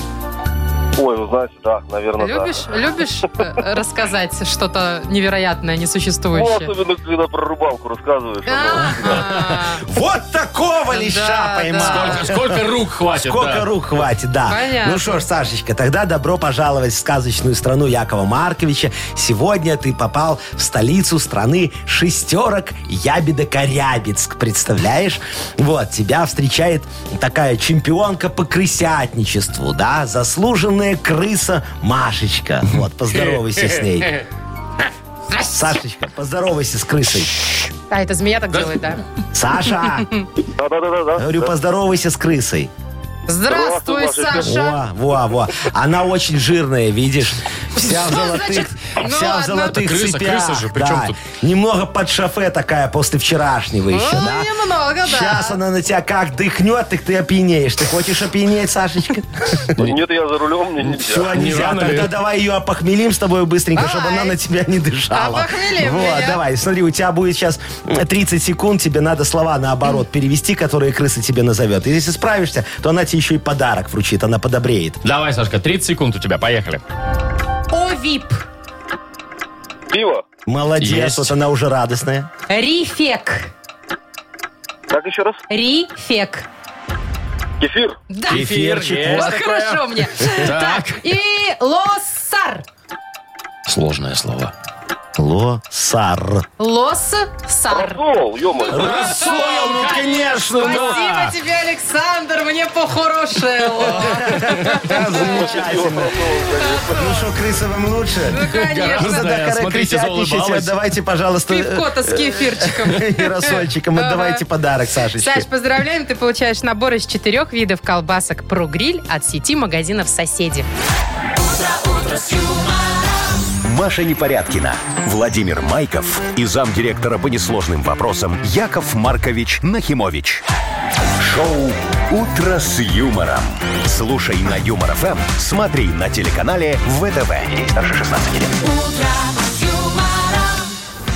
Ой, вы знаете, да, Ну наверное, любишь, да. любишь э, рассказать что-то невероятное, Ну, несуществующее? А, особенно, когда про рыбалку рассказываешь. оно- Ага. Вот такого леща Да, поймал. Сколько, сколько рук хватит? Сколько да? рук хватит, да. Понятно. Ну что ж, Сашечка, тогда добро пожаловать в сказочную страну Якова Марковича. Сегодня ты попал в столицу страны шестерок Ябеда-Корябицк. Представляешь? Вот, тебя встречает такая чемпионка по крысятничеству, да? Заслуженная крыса Машечка. Вот, поздоровайся с ней. Сашечка, поздоровайся с крысой. А, это змея так делает, да? Саша, ну, Да-да-да-да. говорю, поздоровайся с крысой. Здравствуй, Здравствуй, Саша! Во, во, во. Она очень жирная, видишь? Вся в Что золотых, значит? Ну вся ладно. в золотых Это крыса, цепях. крыса же, при чем да. тут? Немного под шофе такая после вчерашнего еще, Ну, да? немного, да. Сейчас она на тебя как дыхнет, так ты опьянеешь. Ты хочешь опьянеть, Сашечка? Нет, я за рулем, Ну, мне Все, нельзя. Не нельзя. рано ли? Тогда давай ее опохмелим с тобой быстренько, чтобы Давай. она на тебя не дышала. Опохмелим Вот, меня. давай. Смотри, у тебя будет сейчас 30 секунд, тебе надо слова наоборот перевести, которые крыса тебе назовет. И если справишься, то она тебе еще и подарок вручит, она подобреет. Давай, Сашка, 30 секунд у тебя, поехали. Овип, Пиво. Молодец, Есть. вот она уже радостная. рифек, Как еще раз? рифек. Кефир. Да, Эфирчик, есть вот такое. хорошо мне. Так. И лоссар. Сложное слово. Лосар. Лос-сар. Рассол, ё-моё. Рассол, ну конечно, Спасибо тебе, Александр, мне похорошело. Замечательно. Ну что, крыса вам Ну, лучше? Гораздо. конечно. Да, смотрите, заулыбалась. Давайте, пожалуйста, э, Пивко-то с кефирчиком. и рассольчиком. Ага. Отдавайте подарок Сашечке. Саш, поздравляем, ты получаешь набор из четырех видов колбасок про гриль от сети магазинов «Соседи». Маша Непорядкина, Владимир Майков и замдиректора по несложным вопросам Яков Маркович Нахимович. Шоу «Утро с юмором». Слушай на Юмор ФМ, смотри на телеканале ВТВ. Ей старше 16 лет.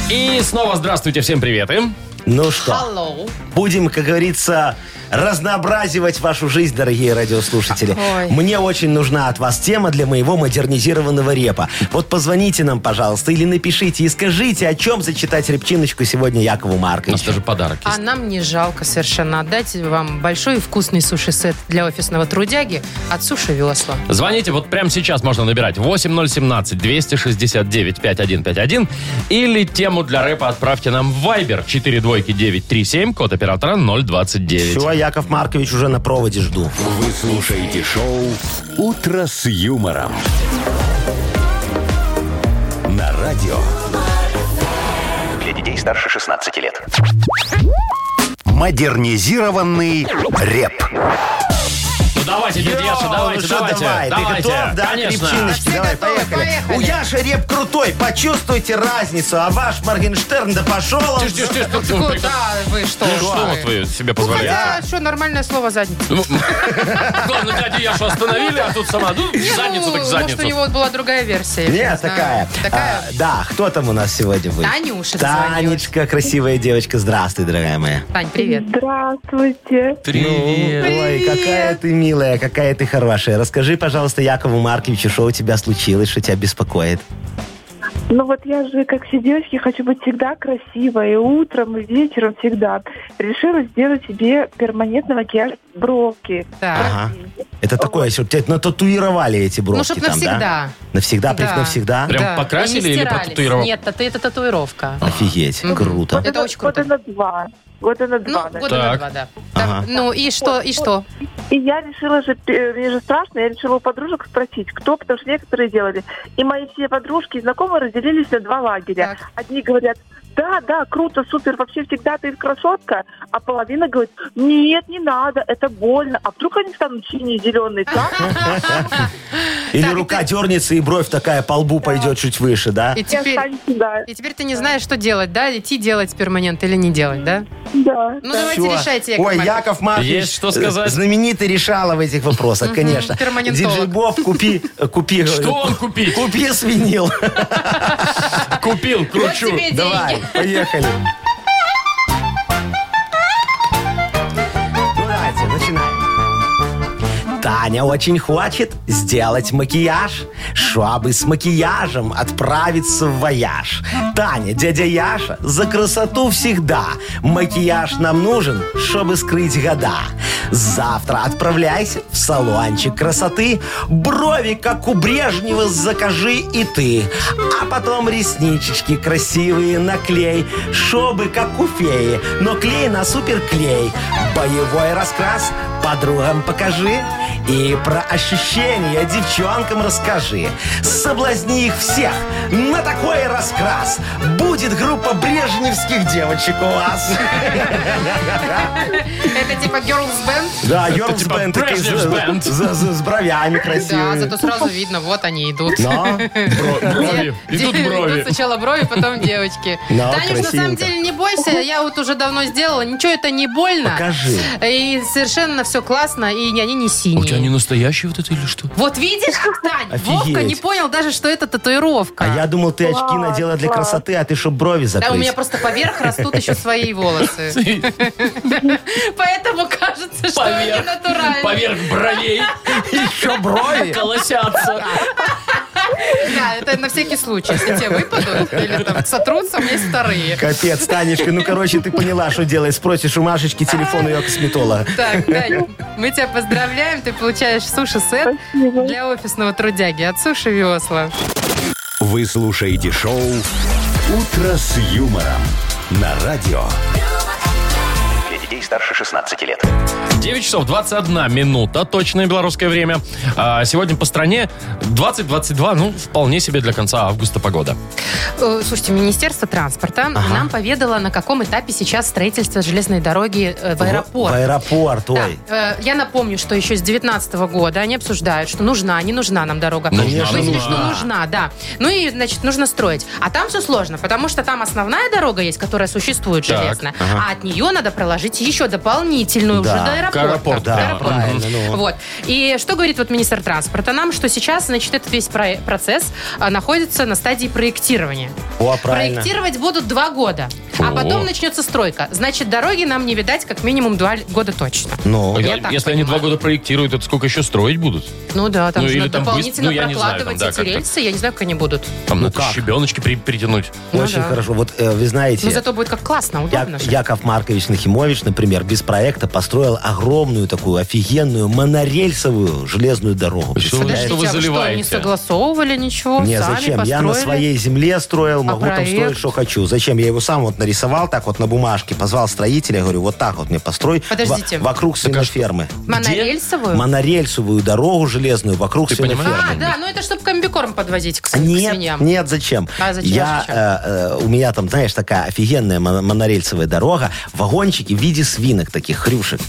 И снова здравствуйте, всем привет. им. Ну что, Hello. будем, как говорится, разнообразивать вашу жизнь, дорогие радиослушатели. Ой. Мне очень нужна от вас тема для моего модернизированного репа. Вот позвоните нам, пожалуйста, или напишите и скажите, о чем зачитать репчиночку сегодня Якову У нас Марковичу. даже подарок А есть. нам не жалко совершенно отдать вам большой и вкусный суши-сет для офисного трудяги от Суши Весла. Звоните, вот прямо сейчас можно набирать 8017-269-5151 или тему для рэпа отправьте нам в Viber 42937, код оператора 029. Все, Яков Маркович уже на проводе жду. Вы слушаете шоу «Утро с юмором». На радио Для детей старше 16 лет. «Модернизированный реп». Ну давайте, дядя Яша, Йоу, давайте, ну что, давайте. давай, давайте. ты готов, да, Конечно. Крепчиночки? Давай, готовы, поехали. поехали. У Яши реп крутой, почувствуйте разницу, а ваш Моргенштерн да пошел. он Тише, тише, тише, тише, ну, прекра- Куда вы что? Ну, что вы? вот вы себе Ну, позволяете? хотя, что, нормальное слово задница. Ну, Главное, дядю Яшу остановили, а тут сама. Ну, в Не, задницу ну, так в Может, у задницу. него была другая версия. я не знаю. Нет, такая. Такая? А, да, кто там у нас сегодня будет? Танюша дозвонилась. Танечка, красивая девочка. Здравствуй, дорогая моя. Тань, привет. Здравствуйте. Привет. Ой, какая ты милая, какая ты хорошая. Расскажи, пожалуйста, Якову Марковичу, что у тебя случилось, что тебя беспокоит. Ну вот я же, как все девочки, хочу быть всегда красивой. И утром, и вечером всегда. Решила сделать себе перманентный макияж бровки. Так. Ага. Это такое, чтобы тебя нататуировали эти бровки Ну, чтоб там, навсегда. да? Навсегда, прям Да. навсегда? Прям Да. покрасили И не или стирались. протатуировали? Нет, это, это татуировка. Офигеть, Мгм. круто. Это Года- очень круто. Года на два. Года на Ну, два. наверное. года на Так. два, да. Ага. Так, Ну, и что, и что? И я решила же, э, мне же страшно, я решила у подружек спросить, кто, потому что некоторые делали. И мои все подружки и знакомые разделились на два лагеря. Так. Одни говорят, да, да, круто, супер, вообще всегда ты красотка, а половина говорит, нет, не надо, это больно, а вдруг они станут синие, зеленые, так? Или Так, и рука дернется, и бровь такая по лбу пойдет чуть выше, да? И Я теперь... останусь сюда. И теперь ты не знаешь, что делать, да? Идти делать перманент или не делать, да? Да. Ну, давайте Всё. решайте, Яков Ой, Маркович. Яков Маркович. Есть что сказать? э, Знаменитый решала в этих вопросах, конечно. перманентолог. Диджей Боб, купи, э, купи. Что он купить? Купи свинил. Ну. Купил, кручу. тебе деньги. Давай, поехали. Ну, давайте, начинаем. Таня очень хочет сделать макияж, чтобы с макияжем отправиться в вояж. Таня, дядя Яша, за красоту всегда. Макияж нам нужен, чтобы скрыть года. Завтра отправляйся в салончик красоты. Брови, как у Брежнева, закажи и ты. А потом ресничечки красивые наклей. Шобы, как у феи, но клей на суперклей. Боевой раскрас подругам покажи. И про ощущения девчонкам расскажи. Соблазни их всех на такой раскрас. Будет группа брежневских девочек у вас. Это типа girls band? Да, Это Йоркс типа Бенд такие Брежневс за- Бенд. за- за- с бровями Да, зато красивыми. сразу видно, вот они идут. Но Брови. Где- Идут где- брови. сначала брови, потом девочки. Да, Танюш, на самом красивенько. деле не бойся, я вот уже давно сделала, ничего это не больно. Покажи. И совершенно все классно, и не- они не У тебя не синие. настоящий вот это или что? Вот видишь, Тань, Офигеть. Вовка не понял даже, что это татуировка. а я думал, ты очки надела для красоты, а ты чтоб брови Да, у меня закрыть. просто поверх растут еще свои волосы. Поэтому кажется, что они Поверх. натуральные. Поверх бровей. Еще брови? Колосятся. Да, это на всякий случай. Если тебе выпадут или там сотрутся, у меня есть вторые. Капец, Танечка, ну короче, ты поняла, что делать. Спросишь у Машечки телефон ее косметолога. Так, Даня, мы тебя поздравляем. Ты получаешь суши-сет для офисного трудяги от Суши Весла. Вы слушаете шоу «Утро с юмором» на радио. Для детей старше 16 лет. 9 часов 21 минута, точное белорусское время. А сегодня по стране 20-22, ну, вполне себе для конца августа погода. Э, Слушайте, Министерство транспорта нам поведало, на каком этапе сейчас строительство железной дороги э, в аэропорт. В аэропорт, Да, ой. э, я напомню, что еще с 19 года они обсуждают, что нужна, не нужна нам дорога. Нужна, Выяснили, нужна. что нужна, да. Ну и, значит, нужно строить. А там все сложно, потому что там основная дорога есть, которая существует, Так, железная. А от нее надо проложить еще дополнительную уже Да, до аэропорта. к аэропорту, До да. аэропорта. Правильно, ну. Вот. И что говорит вот министр транспорта нам, что сейчас, значит, этот весь про- процесс а, находится на стадии проектирования. О, правильно. Проектировать будут два года, а О. потом начнется стройка. Значит, дороги нам не видать как минимум два л- года точно. Ну, Я- я так Если они два понимаю. года проектируют, это сколько еще строить будут? Ну да, там Ну, же или надо там дополнительно быстро- ну, я не знаю, там, прокладывать да, эти как-то. рельсы. Я не знаю, как они будут. Там Ну надо как? щебеночки при- перетянуть. Ну очень да. хорошо. Вот э, вы знаете... Но зато будет как классно, Я- удобно же. Яков Маркович Нахимович, например, без проекта построил огромную такую офигенную монорельсовую железную дорогу. Что вы- Представляете? Подождите, вы а заливаете? что, не согласовывали ничего? Не, сами зачем? построили? А Я на своей земле строил, могу там проект? строить, что хочу. Зачем? Я его сам вот нарисовал так вот на бумажке, позвал строителя, говорю, вот так вот мне построй. Подождите. во- вокруг а свинофермы. Монорельсовую? Монорельсовую дорогу железную вокруг Ты свинофермы. понимаешь? А, да, ну это чтобы комбикорм подвозить к, с- к Нет, свиньям. нет, зачем? А зачем, Я, зачем? э, э, у меня там, знаешь, такая офигенная мон- монорельсовая дорога, вагончики в виде свинок таких, хрюшек.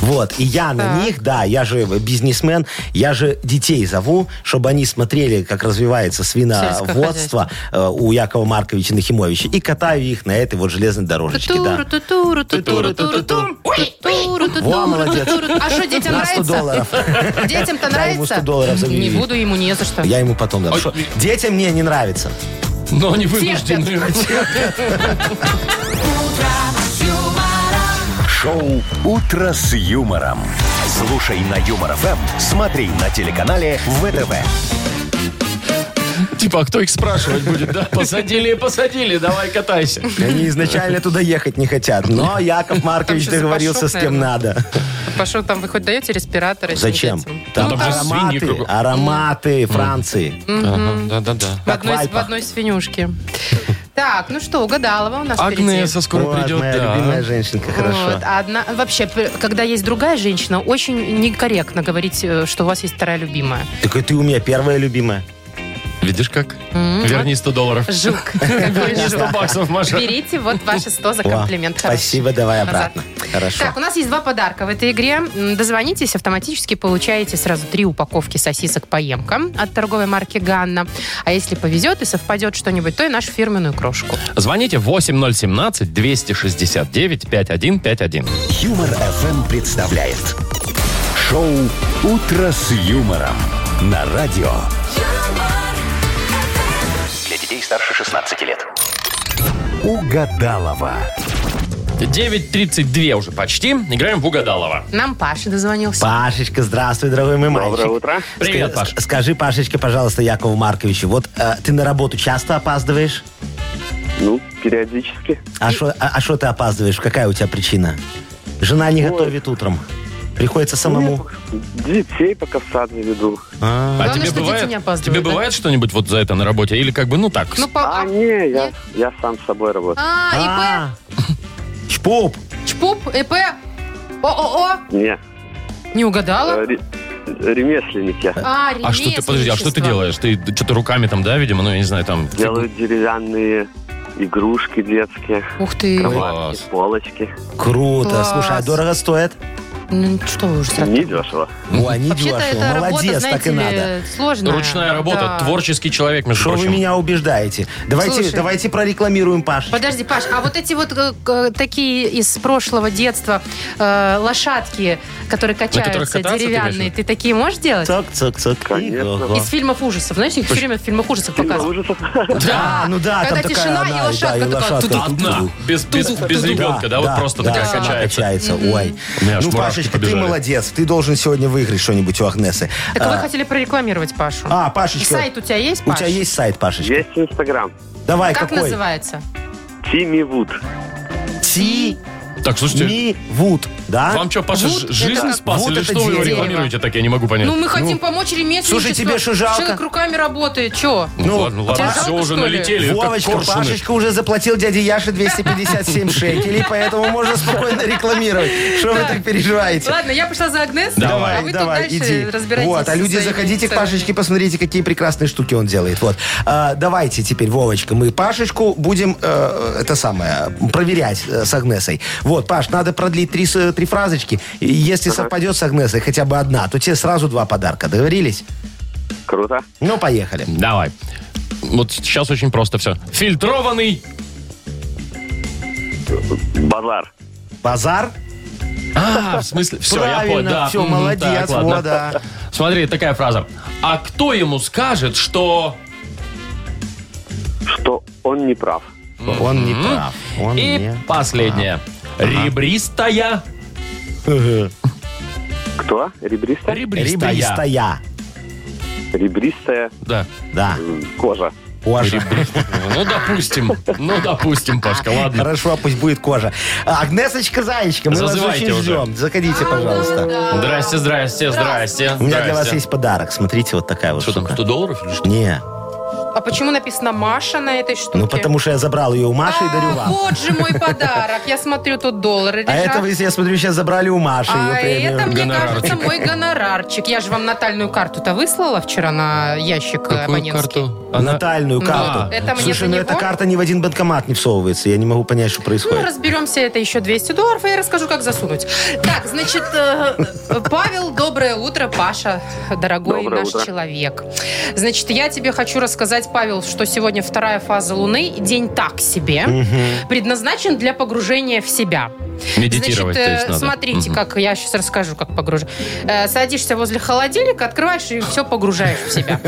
Вот, и я на них, да, я же бизнесмен, я же детей зову, чтобы они смотрели, как развивается свиноводство э, у Якова Марковича Нахимовича, и катаю их на этой вот железной дорожечке, да. Тутуру-тутуру, тутуру-тутуру. Ой, тутуру-тутуру, Во, молодец. тутуру. А что, детям На 100 нравится? долларов. Детям-то Дай ему нравится? 100 долларов за Не мини. буду ему, не за что. Я ему потом дам. Ой. Шо, Детям мне не нравится. Но они Терпят. вынуждены. Шоу «Утро с юмором». Слушай на Юмор ФМ, смотри на телеканале ВТВ. Типа, а кто их спрашивать будет, да? Посадили и посадили, давай катайся. Они изначально туда ехать не хотят, но Яков Маркович что, запашок, договорился с кем наверное? надо. Пошел там, вы хоть даете респираторы? этим Зачем? детям? Там Ну, там же свиньи ароматы, кругом. ароматы Франции. Да-да-да. В Как в одной, в Альпах. одной свинюшке. Так, ну что, угадалова у нас впереди. Агнеса скоро Вот, придет, моя да. любимая женщинка, Вот, хорошо. а одна, вообще, п- когда есть другая женщина, очень некорректно говорить, э, что у вас есть вторая любимая. Так и ты у меня первая любимая. Видишь как? Верни 100 долларов. Жук. Какой Верни 100 жук. баксов, Маша. Берите вот ваши 100 за О, комплимент. хороший. А, Спасибо, давай Назад. обратно. Хорошо. Так, у нас есть два подарка в этой игре. М, Дозвонитесь, автоматически получаете сразу три упаковки сосисок поемка от торговой марки Ганна. А если повезет и совпадет что-нибудь, то и нашу фирменную крошку. Звоните 8017-269-5151. Юмор ФМ представляет. Шоу «Утро с юмором» на радио. Для детей старше 16 лет. Угадалова. 9.32 уже почти. Играем в Угадалова. Нам Паша дозвонился. Пашечка, здравствуй, дорогой мой Доброе мальчик. утро. Привет, Ск- Паш. ск- Скажи, Пашечка, пожалуйста, Якову Марковичу, вот э, ты на работу часто опаздываешь? Ну, периодически. А что ты опаздываешь? Какая у тебя причина? Жена не Ой. готовит утром. Приходится Ну, самому. Детей пока в сад не веду. А. А Главное, тебе что дети бывает, не опаздывают, тебе да? бывает что-нибудь вот за это на работе? Или как бы, ну так, Ну, по- А, не, я, я сам с собой работаю. А, А. Чпоп. ИП, ЧПУП, ИП, ООО. Не, Не угадала? э, ре- ремесленник я. А, а что ты, подожди, а что ты ремесленничество. делаешь? Ты что-то руками там, да, видимо, ну, я не знаю, там... Делаю деревянные игрушки детские, Ух ты. Класс. полочки. Круто. Класс. Слушай, а дорого стоит? Ну, что вы уже сразу. Недешево. О, они Вообще-то дешево. эта Молодец, работа, так знаете и надо. ли, сложная. Ручная работа, Да. творческий человек, между Что вы прочим. меня убеждаете? Давайте, Слушай. давайте прорекламируем Пашу. Подожди, Паш, а вот эти вот э, к- такие из прошлого детства э, лошадки, которые которых качаются, кататься, ты деревянные, имеешь в ты, такие можешь делать? Цок, цок, цок. Конечно. Ого. Из фильмов ужасов. Знаешь, их все время в фильмах ужасов показывают. Ужасов. Да, ну да, Когда там тишина такая и она, лошадка да, и такая лошадка туду. Одна, туду. без, без, без ребенка, да, вот просто да, такая сама качается. качается. Ой. У меня аж Ну, мурашки Пашечка, ты побежали. молодец. Ты должен сегодня выиграть что-нибудь у Агнесы. Так А, вы хотели прорекламировать Пашу. А, Пашечка. И сайт у тебя есть, У Паш? тебя есть сайт, Пашечка? Есть Инстаграм. Давай, Как какой? называется? Тимми Вуд. Ти... Так Так, слушайте, Ми Вуд, да? вам что, Паша, Вот ж- жизнь это- спас? вот или это что вы его дерево. рекламируете так? Я не могу понять. Ну, мы хотим помочь ремесленничеству. слушай, тебе что жалко? Человек руками работает, че? Ну, ну, ладно, ладно, Паша, все уже что ли? налетели, как Вовочка, коршуны. Пашечка уже заплатил дяде Яше 257 шекелей, поэтому можно спокойно рекламировать. Что вы так переживаете? Ладно, я пошла за Агнес, Давай, а вы давай, тут дальше иди. разбирайтесь. Вот, а со люди, своими заходите к ценами. Пашечке, посмотрите, какие прекрасные штуки он делает. Вот. А, давайте теперь, Вовочка, мы Пашечку будем, э, это самое, проверять э, с Агнесой. Вот, Паш, надо продлить три, с- три фразочки. И Если совпадет с Агнесой хотя бы одна, то тебе сразу два подарка. Договорились? Круто. Ну, поехали. Давай. Вот сейчас очень просто все. Фильтрованный. Базар. Базар? А, в смысле, все, я понял. Правильно, Да. все, мгм, молодец, так, ладно. вот, да. Смотри, такая фраза. А кто ему скажет, что... Что он не прав. Он не прав. Он И не... А. последнее. Ребристая. Кто? Ребристая? Ребристая. Ребристая. Ребристая Да. Да. кожа. Кожа. Ну, допустим. Ну, допустим, Пашка, ладно. Хорошо, пусть будет кожа. А, Агнесочка Заячка, мы Зазывайте вас очень уже. ждем. Заходите, пожалуйста. Здрасте, здрасте, здрасте. У меня для вас здрасте. есть подарок. Смотрите, вот такая вот Что там, штука. 100 долларов или что? Не, А почему написано Маша на этой штуке? ну потому что я забрал ее у Маши и дарю а, вам. вот же мой подарок. Я смотрю, тут доллары А лежат. это, вы, я смотрю, сейчас забрали у Маши А ее это, премию. мне Гонорарчик. кажется, мой гонорарчик. Я же вам натальную карту-то выслала вчера на ящик э, абонентский. Ну, Она- Натальную карту. А, это мне Слушай, за ну него? эта карта ни в один банкомат не всовывается. Я не могу понять, что Ну, происходит. разберемся, это еще 200 долларов, и я расскажу, как засунуть. Так, значит, э, Павел, доброе утро, Паша, дорогой Доброе наш утро. человек. Значит, я тебе хочу рассказать, Павел, что сегодня вторая фаза Луны, день так себе, предназначен для погружения в себя. Медитировать, Значит, то э, есть, надо. смотрите, Мгм. как я сейчас расскажу, как погружу. Э, Садишься возле холодильника, открываешь и все погружаешь в себя.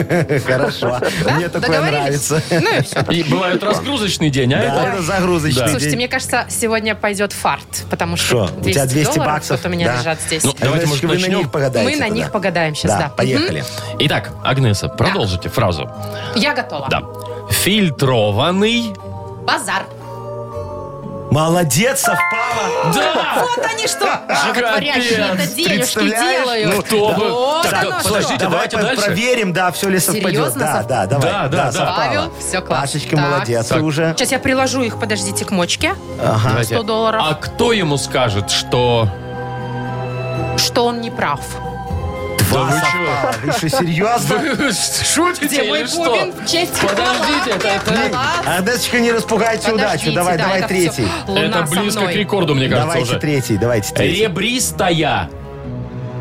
Хорошо. Ну, Да? Мне такое Договорились? нравится. Ну и все. И бывает разгрузочный день, а Да, это... это загрузочный Слушайте, день. мне кажется, сегодня пойдет фарт, потому что Что, у тебя 200 долларов баксов? тут у меня Да. лежат здесь. Ну, Давайте, может, Агнесочка, вы на начнем? них погадаете Мы на тогда. них погадаем сейчас, да. Да, поехали. Итак, Агнеса, продолжите фразу. Мгм. Я готова. Да. Фильтрованный. Базар. Молодец, совпало. Да! Вот они что, животворящие-то денежки Представляешь? делают. Ну, Кто да. бы? Вот Так, оно подождите, что. давайте по- дальше. проверим, да, все ли совпадет. Серьезно Да, совпад- да, давай. Да, да, да. совпало. Павел, все класс. Пашечка, Так. молодец, а ты Так. уже. Сейчас я приложу их, подождите, к мочке. Ага. Давайте. 100 долларов. А кто ему скажет, что... А Что он не прав. Два вы чего? совпало. А, Вы что, серьезно? Шутите Где мой или что? бубен? В честь Подождите, это- это- Класс. Агнесочка, не распугайте Подождите, удачу. Давай, да, давай это третий. всё. Луна Это со близко к мной. рекорду, мне кажется, Давайте уже. третий, давайте третий. Ребристая.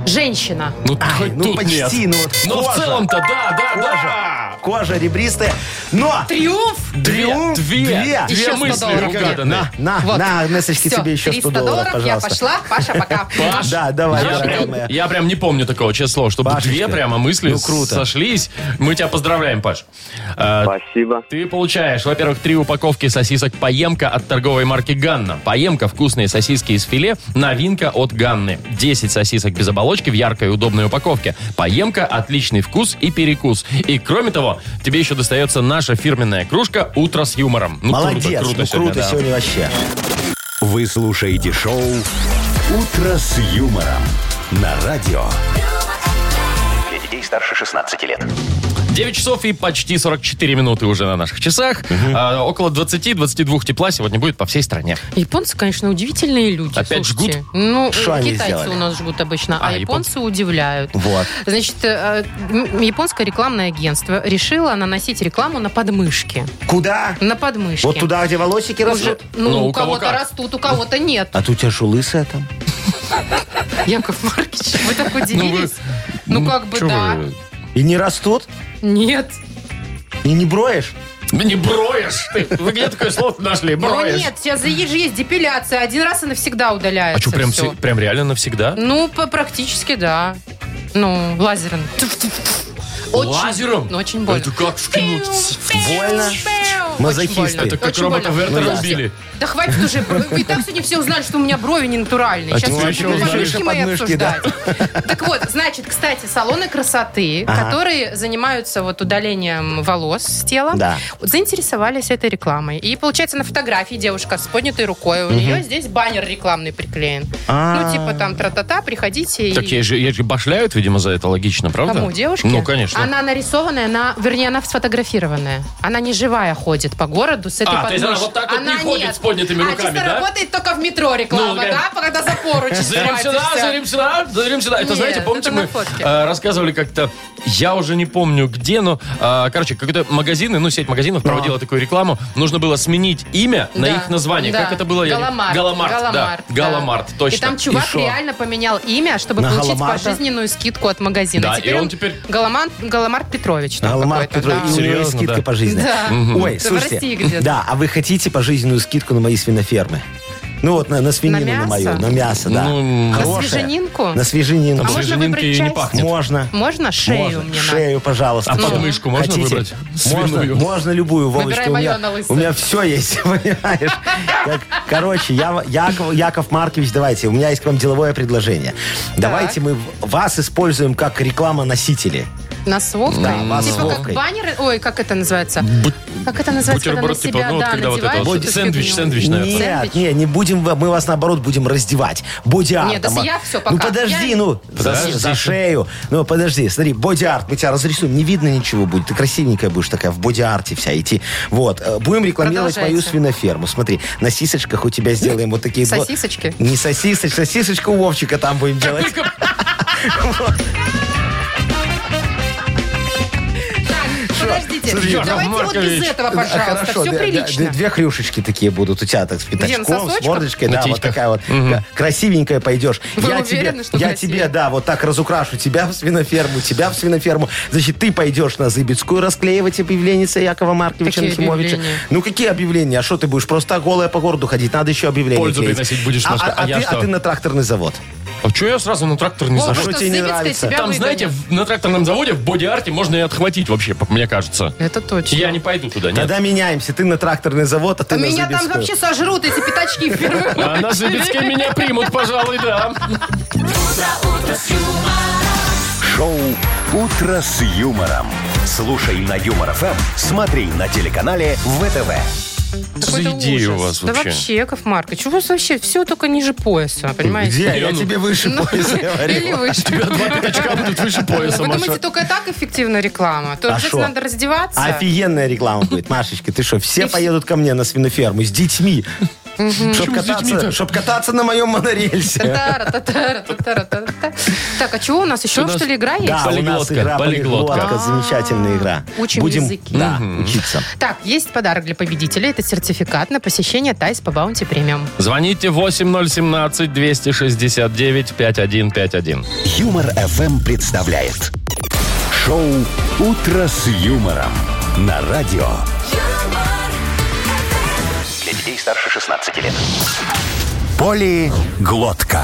Женщина. Ну, хоть ну, тут почти, нет. ну, вот Но в кожа. целом-то, да, да, да. Кожа. Кожа ребристая. Но! Триумф. Две, Триумф, две, две. две Еще 100 мысли долларов. угаданы. На, на, Вот. А, на, Агнесочке, Всё, тебе еще 100 долларов, я пожалуйста. пошла. Паша, пока. Паш, Да, давай, я, дорогая прям, моя. я прям не помню такого, честное слово, чтобы Пашечка, две прямо мысли ну, круто. сошлись. Мы тебя поздравляем, Паш. Э, Спасибо. Ты получаешь, во-первых, три упаковки сосисок «Поемка» от торговой марки «Ганна». «Поемка» – вкусные сосиски из филе, новинка от «Ганны». 10 сосисок без оболочки в яркой и удобной упаковке. «Поемка» – отличный вкус и перекус. И, кроме того, тебе еще достается наша фирменная кружка «Утро с юмором». Ну, круто, Молодец, круто ну, сегодня, круто да. сегодня вообще. Вы слушаете шоу «Утро с юмором» на радио. Для детей старше 16 лет. 9 часов и почти 44 минуты уже на наших часах. А, около 20-22 тепла сегодня будет по всей стране. Японцы, конечно, удивительные люди. Опять слушайте. жгут? Ну, Что они китайцы сделали? у нас жгут обычно, а, А, японцы удивляют. Вот. Значит, э, м- японское рекламное агентство решило наносить рекламу на подмышки. Куда? На подмышки. Вот туда, где волосики Уже, растут? ну, Ну, у, у кого кого-то как. растут, у кого-то нет. А тут у тебя что, лысая там? Яков Маркович, вы так удивились? Ну, как бы Чё да. вы? И не растут? Нет. И не броешь? Да не броешь ты. Вы где такое слово нашли? Ну, Броешь. нет, сейчас же есть депиляция. Один раз и навсегда удаляется. А что, прям, всё. все- прям реально навсегда? Ну, по- практически, да. Ну, лазером. Очень, Лазером? ну, очень больно. Это как в кино. Больно? Мазохисты. Мазохисты. Это как робота Вертера убили. Ну, Да хватит уже. Вы и так сегодня все узнали, что у меня брови не натуральные. А Сейчас ну, будем еще подмышки узнаешь. мои Подмышки, да. обсуждать. Так вот, значит, кстати, салоны красоты, Ага. которые занимаются вот удалением волос с тела, Да. вот заинтересовались этой рекламой. И получается на фотографии девушка с поднятой рукой, у нее здесь баннер рекламный приклеен. А. Ну, типа там тра-та-та, приходите Так и... ей же, ей же башляют, видимо, за это, логично, правда? Кому? Девушке? Ну, конечно. Она нарисованная, она, вернее, она сфотографированная. Она не живая ходит по городу с этой А, то есть она подмышкой. вот так вот не ходит с поднятыми руками, а, чисто да? работает только в метро реклама, Ну, да. да? Когда за поручи Зырим сюда, схватишься. зырим сюда, зырим сюда. Это, Нет, знаете, это помните, на мы фотке. э, рассказывали как-то, я уже не помню где, но, э, короче, когда магазины, ну, сеть магазинов проводила такую рекламу, нужно было сменить имя на Да, их название. да. Как это было? я не- Галамарт. Галамарт, да. Галамарт, да. Галамарт, точно. И там чувак И шо? реально поменял имя, чтобы На получить Галамарта? пожизненную скидку от магазина. А Да, теперь и он теперь- Галаман- Галамарт Петрович. там Галамарт какой-то, да. Петрович, и у него есть Серьезно, скидка да. пожизненная. Да. Ой, Это в слушайте, России где-то. да, а вы хотите пожизненную скидку на мои свинофермы? Ну вот на, на свинину На на, мою, мясо? на мясо, да. Ну, На Хорошая. свеженинку? На свеженинку. А можно свеженинки выбрать и не часть? пахнет. Можно. Можно шею Можно. мне Шею, пожалуйста. А Всё. подмышку можно Хотите? выбрать? Можно, Свиную. можно любую, Вовочка. Выбирай У мою, меня, она лысая. у меня все есть, понимаешь? Как- короче, я, Яков, Яков Маркович, давайте, у меня есть к вам деловое предложение. Давайте мы в- вас используем как реклама носители. на с Вовкой? Да, вас с типа как Вовкой. баннеры? Ой, как это называется? Как это называется, когда на Бутерброд, себя, типа, ну, вот да, когда вот это надеваешь вот, эту сэндвич, фигню? сэндвич, наверное. Нет, Сэндвич? не, не будем, ва- мы вас наоборот будем раздевать. Бодиартом. Нет, да я всё Ну пока. подожди, Я- ну, за- Подожди. За, шею. Ну подожди, смотри, бодиарт, мы тебя разрисуем, не видно ничего будет. Ты красивенькая будешь такая, в бодиарте вся идти. Вот, э, будем рекламировать мою Продолжайте. свиноферму. Смотри, на сисочках у тебя сделаем вот такие... бо- Сосисочки? Не сосисочка, сосисочка у Вовчика там будем делать. Так, Ну, подождите. Слушай, Яков Давайте вот без Маркович. этого, А, пожалуйста. Все хорошо, две- две- прилично. Две хрюшечки такие будут у тебя, так, с пятачком, с носочках? мордочкой. На Да, вот титьках. такая вот. Ка- Красивенькая пойдешь. Вы я уверены, тебе, что Я красивее? тебе, да, вот так разукрашу тебя в свиноферму, тебя в свиноферму. Значит, ты пойдешь на Зыбецкую расклеивать объявления Якова Марковича Какие Нахимовича. объявления? Ну, какие объявления? А что ты будешь? Просто голая по городу ходить. Надо еще объявления Пользу клеить. приносить будешь, а, на что? а- А а я ты, что? а ты на тракторный завод. А что я сразу на трактор не Вова, зашел? что что тебе не Зыбецкая нравится? тебя Там, выгонит. знаете, в- на тракторном заводе в боди-арте можно и отхватить вообще, по- мне кажется. Это точно. Я не пойду туда, нет. Тогда меняемся. Ты на тракторный завод, а ты А на меня там Зыбецкую. вообще сожрут эти пятачки в первую А на Зыбецке меня примут, пожалуй, да. Шоу «Утро с юмором». Слушай на Юмор ФМ, смотри на телеканале ВТВ. За Какой-то идею у вас ужас. Да вообще. вообще, Яков Маркович, у вас вообще все только ниже пояса, понимаете? Где? Не, Я ну- тебе выше пояса Или говорил. вы что? Два пятачка будут выше пояса, Вы думаете, Маша. только так эффективна реклама? То А обязательно шо? надо раздеваться? Офигенная реклама будет, Машечка. Ты что, все И вс- поедут ко мне на свиноферму с детьми? Чтобы кататься, чтоб кататься на моем монорельсе. Та-та-ра-та-та-ра-та-та-ра-та. Так, а чего у нас еще, нас- что ли, игра есть? Да, у нас Полиглотка, игра полиглотка. полиглотка. Замечательная игра. Учим Будем, языки. Да, учиться. Так, есть подарок для победителя. Это сертификат на посещение Тайс по Баунти Премиум. Звоните 8017-269-5151. Юмор ФМ представляет. Шоу «Утро с юмором» на радио. Для детей старше 16 лет. Полиглотка.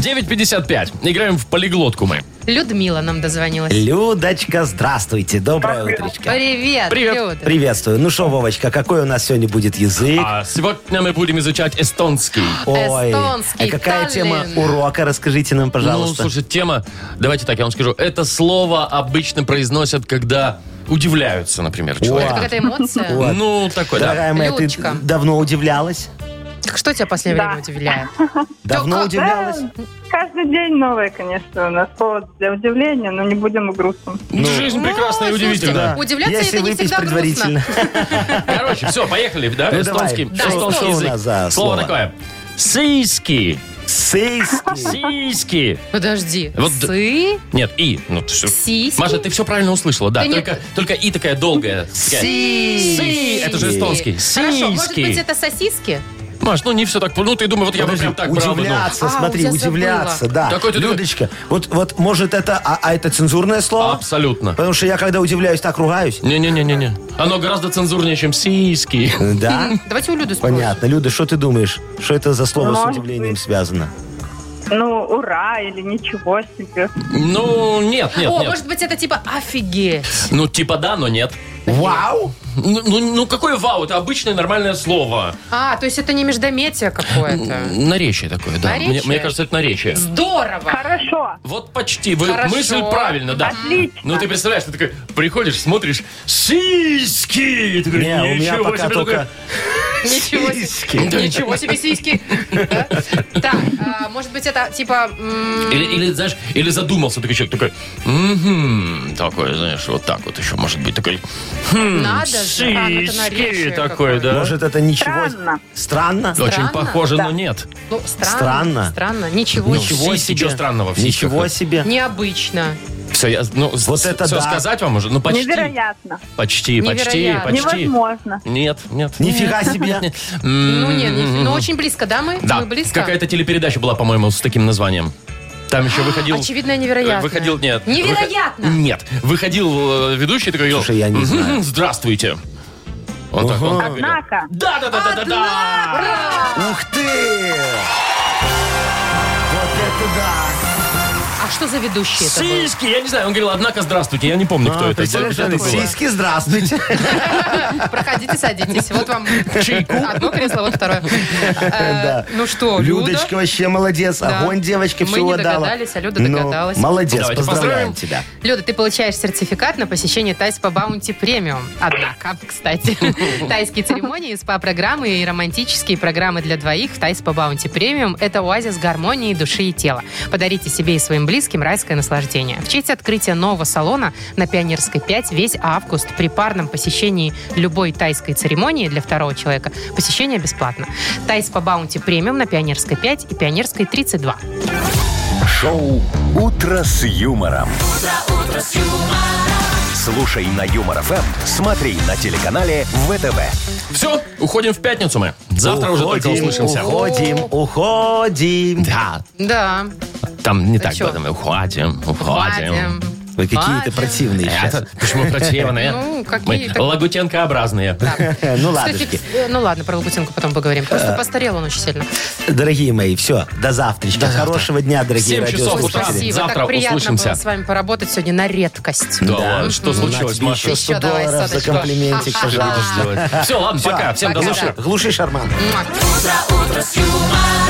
9.55. Играем в полиглотку мы. Людмила нам дозвонилась. Людочка, здравствуйте. Доброе утречко. Привет, Привет. Люд. Приветствую. Ну что, Вовочка, какой у нас сегодня будет язык? А сегодня мы будем изучать эстонский. Ой, а эстонский, какая тема Таллин. урока? Расскажите нам, Ну, пожалуйста. слушай, тема... Давайте так, я вам скажу. Это слово обычно произносят, когда удивляются, например, Это человек. О. какая-то эмоция? Вот. Ну, такой, да. Дорогая моя, ты Людочка. давно удивлялась? Так что тебя последнее Да. время удивляет? Ну, Давно как- удивлялась? Каждый день новое, конечно, у нас повод для удивления, но не будем о грустном. Жизнь прекрасная и Ну, удивительная. слушайте, Удивляться это Если не выпить всегда предварительно. Короче, все, поехали, да? Ну, эстонский давай. Да, эстонский что у язык. нас слово за слово? такое. Сиськи. Сыски. Сиськи. Подожди. Вот д- Сы, Нет, и. Ну, ты всё- сиськи. Маша, ты все правильно услышала, да. Да нет. только, только и такая долгая. Си. Это же эстонский. Хорошо, может быть, Сиськи. это сосиски? Маш, ну не все так. Ну, ты думай, вот я бы Подожди, прям так брал бы, ну. удивляться, А, у смотри, тебя забыла. удивляться, да. Такой ты- Людочка, вот, вот может это, а, а это цензурное слово? Абсолютно. Потому что я когда удивляюсь, так ругаюсь. Не-не-не-не-не. Оно гораздо цензурнее, чем сиськи. Да, Давайте у Люды спросим. понятно. Люда, что ты думаешь? Что это за слово с Может удивлением быть. связано? Ну, ура, или ничего себе. Ну, нет, нет, О, нет. может быть, это типа офигеть. Ну, типа да, но нет. Вау! Ну, ну, ну, какое вау? Это обычное нормальное слово. А, то есть это не междометие какое-то. Наречие такое, да. Наречие? Мне, мне кажется, это наречие. Здорово. Хорошо. Вот почти. Вы- Хорошо. мысль правильно, да. Отлично. Ну, ты представляешь, ты такой приходишь, смотришь, сиськи! И ты такой, Не, у меня «Ничего пока себе, только... Ничего Сиськи. себе. Да Ничего себе сиськи. Да. Так, а, может быть, это типа... м, такой». Или, или, знаешь, или задумался такой человек, такой, угу, такой, знаешь, вот так вот еще, может быть, такой, «Хм, Надо же». А, ну, это сиськи наречие такой, какое-то. да. Может, это ничего... Странно. Странно? Очень странно? похоже, Да. но нет. Ну, странно. Странно. Странно. Ничего Ну, себе. в сиське чё странного в сиськах? Ничего себе. Необычно. Все, я, ну, Вот это все да. сказать вам уже? Ну, почти. Невероятно. Почти, почти, Невероятно. почти. Невозможно. Нет, нет. М-м-м. Нифига себе. Ну, не, не- ну, очень близко, да, мы? Да, Мы близко. какая-то телепередача была, по-моему, с таким названием. Там еще выходил... Очевидно, невероятно. Выходил, нет. Невероятно. Выход- Нет. Выходил э, ведущий такой... говорил, Слушай, я не «Мгм, знаю». Здравствуйте. Он так, он так говорил. Однако. Да, да, да, да, да, да. Ух ты! Вот это да! А что за ведущий это был? Сиськи, я не знаю, он говорил, однако, здравствуйте, я не помню, кто А, это. представляешь, Где- где это Алекс, было? Сиськи, здравствуйте. Проходите, садитесь. Вот вам одно кресло, вот второе. Э, Да. Ну что, Люда? Людочка вообще молодец. Да. Огонь девочка Мы всего не дала. догадались, а Люда Ну, догадалась. Молодец, Давайте поздравим. поздравляем тебя. Люда, ты получаешь сертификат на посещение Тайс по Баунти Премиум. Однако, кстати, тайские церемонии, спа-программы и романтические программы для двоих в Тайс по Баунти Премиум – это оазис гармонии души и тела. Подарите себе и своим близким райское наслаждение. В честь открытия нового салона на Пионерской 5 весь август при парном посещении любой тайской церемонии для второго человека посещение бесплатно. Тайс по Баунти Премиум на Пионерской 5 и Пионерской 32. Шоу «Утро с юмором». Слушай на Юмор ФМ, смотри на телеканале ВТВ. Все, уходим в пятницу мы. Завтра уже только Уходим, услышимся. Уходим, уходим. Да, Да. там не так чё? было. там Уходим, уходим. Вы какие-то Вадим. противные сейчас. Э, Это почему противные? Ну, какие Мы так- лагутенкообразные. Ну, Кстати, ладушки. э, ну ладно, про Лагутенко потом поговорим. Э. Просто постарел он очень сильно. Дорогие мои, все, до завтрачка. Хорошего дня, дорогие В семь часов утра. радиослушатели. Спасибо, Завтра так приятно услышимся. было с вами поработать сегодня на редкость. М-м. Да ладно, что случилось, На тебе Маша? Еще 100 Еще давай, долларов за соточку. комплиментик, Ага. пожалуйста. Все, ладно, пока. Всем до пока. завтра. Глуши шарман. Муа. утро с юмором.